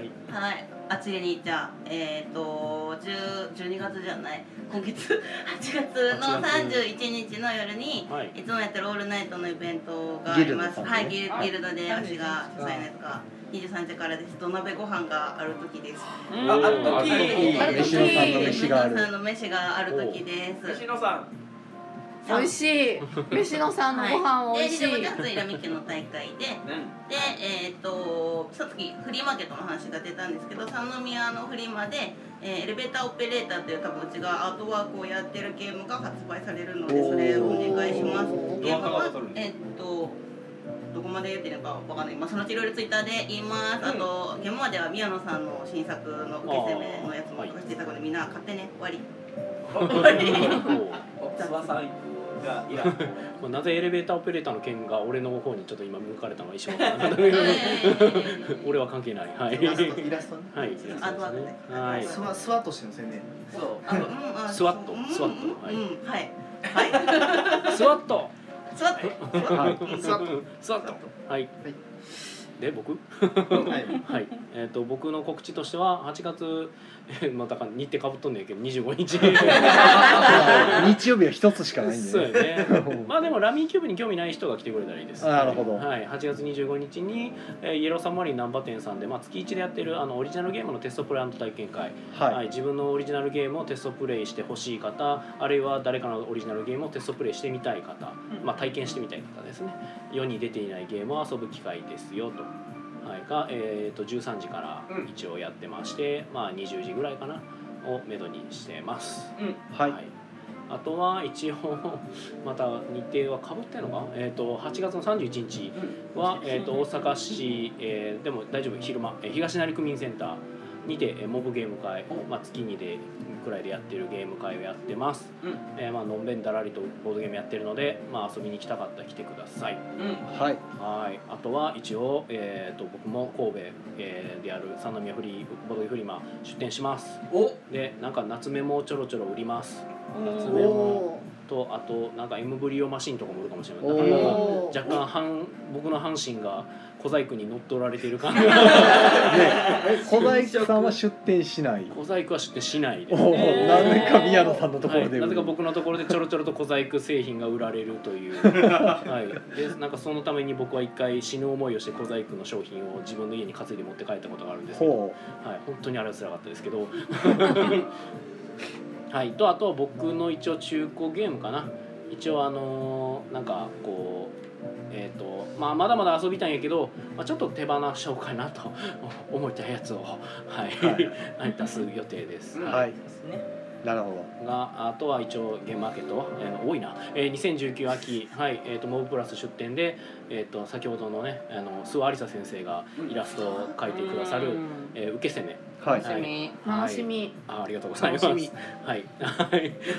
い。
はい、あちらにじゃあえっ、と10 12月じゃない今月8月の31日の夜に、
はい
い、つもやってるオールナイトのイベントがあります
ギルドさんね
はいギル
はい
ギルドで私が主催のやつが23時からです土鍋ご飯がある時です
うんあある時ある時
飯野さんの飯がある
飯野さん
飯がある時です
飯野さ
ん
美味しい飯野さんのご飯美味しい
はい、で7月にラミ家の大会で、でえっ、とさっきフリーマーケットの話が出たんですけど三宮のフリマで、えーエレベーターオペレーターという多分うちがアートワークをやってるゲームが発売されるのでそれをお願いしますゲームはえっ、とどこまで言っていいのかわかんない、まあ、そのうちいろいろツイッターで言います、あとゲームまでは宮野さんの新作の受け攻めのやつも出していたのでみんな買ってね終 *laughs* わり
終わり諏訪さんがいらん。
これなぜエレベーターオペレーターの件が俺の方にちょっと今向かれたのが一緒かな俺は関係ないはい
イラストイラストね
はいイラストですね
アートワークね
はい
スワスワットしての宣伝
あ
スワットスワットはい
うんはい
スワット
座って
はい
座って
座ったはい。で僕はい、えっ、と僕の告知としては8月、えーまあだから日程かぶっとんねんけど25日
*laughs*
日曜日は一つしかないん
そう
で、
よねまあでもラミーキューブに興味ない人が来てくれたらいいです
なるほど
はい、8月25日に、えーイエローサンマリン難波店さんで、まあ、月1でやってるあのオリジナルゲームのテストプレイ体験会、
はい
自分のオリジナルゲームをテストプレイしてほしい方あるいは誰かのオリジナルゲームをテストプレイしてみたい方、
うん
まあ、体験してみたい方ですね世に出ていないゲームを遊ぶ機会ですよと。はい、が、えー、と13時から一応やってまして、まあ、20時ぐらいかなをめどにしてます。
はい、
あとは一応また日程はかぶってんのか、えー、と8月の31日は、えー、と大阪市、えーでも大丈夫昼間、えー東成区民センターにて、えーモブゲーム会、まあ、月2でくらいでやってるゲーム会をやってます、えーまあのんべんだらりとボードゲームやってるので、まあ、遊びに来たかったら来てください、
はい
はい、あとは一応、えー、と僕も神戸、えーである三宮フリーボドゲフリマ出店しますでなんか夏メモをちょろちょろ売ります夏メモとあとなんかエムブリオマシンとかも売るかもしれないだからなんか
お
若干半僕の半身が小細工に乗っ取られてる
*laughs*
感じ
小細工さんは出店しない
小細工は出店しないです
おお
ね
なぜか宮野さんのところ
は
で
い、
売
なぜ
る
か僕のところでちょろちょろと小細工製品が売られると
*laughs*
いう、はい、でなんかそのために僕は一回死ぬ思いをして小細工の商品を自分の家に担いで持って帰ったことがあるんですけど、はい
ほ、
本当にあれは辛かったですけど *laughs* はいとあと僕の一応中古ゲームかな一応あのーなんかこうえーとまあ、まだまだ遊びたいんやけど、まあ、ちょっと手放しちゃおうかなと思ったやつを、はい *laughs* はい、出す予定です。
はいなるほ
があとは一応ゲームマーケット、えー多いな、えー2019秋、はいえー、とモブプラス出店で、えー、と先ほどのねあの諏訪有沙先生がイラストを描いてくださる、えー受け攻め、
はい
はい
楽しみ
あありがとうございます。
楽
は
し
い *laughs*
み、
はい、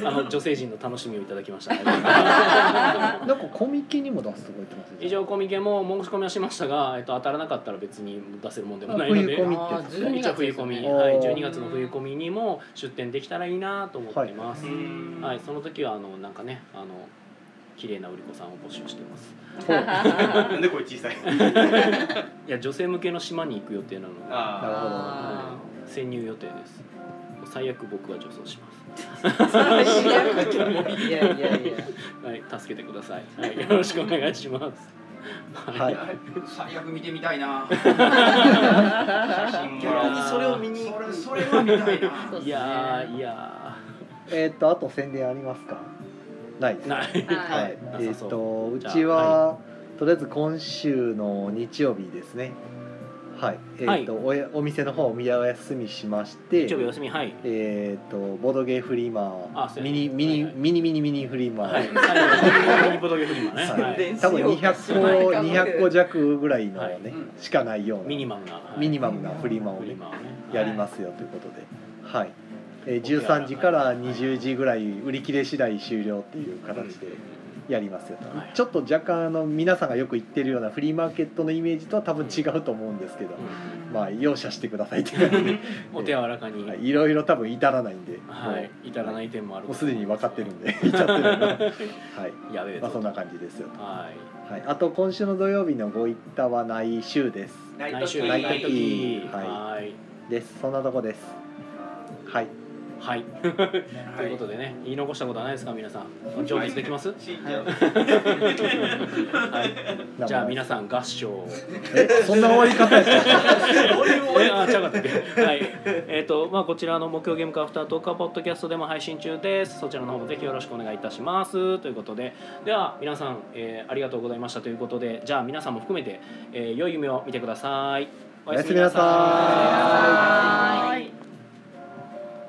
あの女性陣の楽しみをいただきました。
どなんかコミケにも出すとこ言ってますね
以上コミケも申し込みはしましたが、えっと、当たらなかったら別に出せるもんでもないので
冬コミってやつですね
一応冬コミ、
あー
はい、12月の冬コミにも出店できたらいいなと思ってます、はいその時はあのなんかねあの綺麗な売り子さんを募集してます
ほう *laughs* なんでこれ小さい
*laughs* いや女性向けの島に行く予定なので
あーなるほど
はい潜入予定です最悪僕は女装します *laughs*
いやいやい
はい助けてください、はい、よろしくお願いします
はい
*laughs* 最悪見てみたいな
逆にそれを見
にそれそれは見たいない
やーいや
えーっとあと宣伝ありますかないです
ない
はい
なさそう
えーっとう
じゃあ
ちは、とりあえず今週の日曜日ですねはい、えーっとおやお店の方お休みしまして
日曜日お休みはい
えーっとボードゲーフリーマ
あそ
ー
う
ミニミニミニミニミニフリーマー、
はい *laughs* はいミニボドゲフリマね
はい
はい
多分200個200個弱ぐらいのね、しかないような
ミニマムな、はい
ミニマムなフリマをね、やりますよということで、はい。えー13時から20時ぐらい売り切れ次第終了っていう形でやりますよと、ちょっと若干あの皆さんがよく言ってるようなフリーマーケットのイメージとは多分違うと思うんですけど、まあ容赦してくださいっていう感じで
*laughs* お手柔らかに、
はいいろいろ多分至らないんで、
はい、至らない点もある
もうすでに分かってるんで *laughs* 至ってるんで、はい、
やべえ
まあそんな感じですよと。
はい
はい、あと今週の土曜日のご一家はない週です。
ないない週
ない
ない
時
時
は。
はい
です。そんなとこです。はい。
はい。 *laughs* ということでね、言い残したことはないですか、皆さん。上手できます。はい。じゃあ、皆さん合唱。
えそんな終わり方ですか
えあ、違うかったっけ。はい。えっ、と、まあ、こちらの目標ゲームカアフタートークはポッドキャストでも配信中です。そちらの方もぜひよろしくお願いいたします。ということで、では、皆さん、えーありがとうございましたということで、じゃあ、皆さんも含めて、えー良い夢を見てください。
おやすみなさーい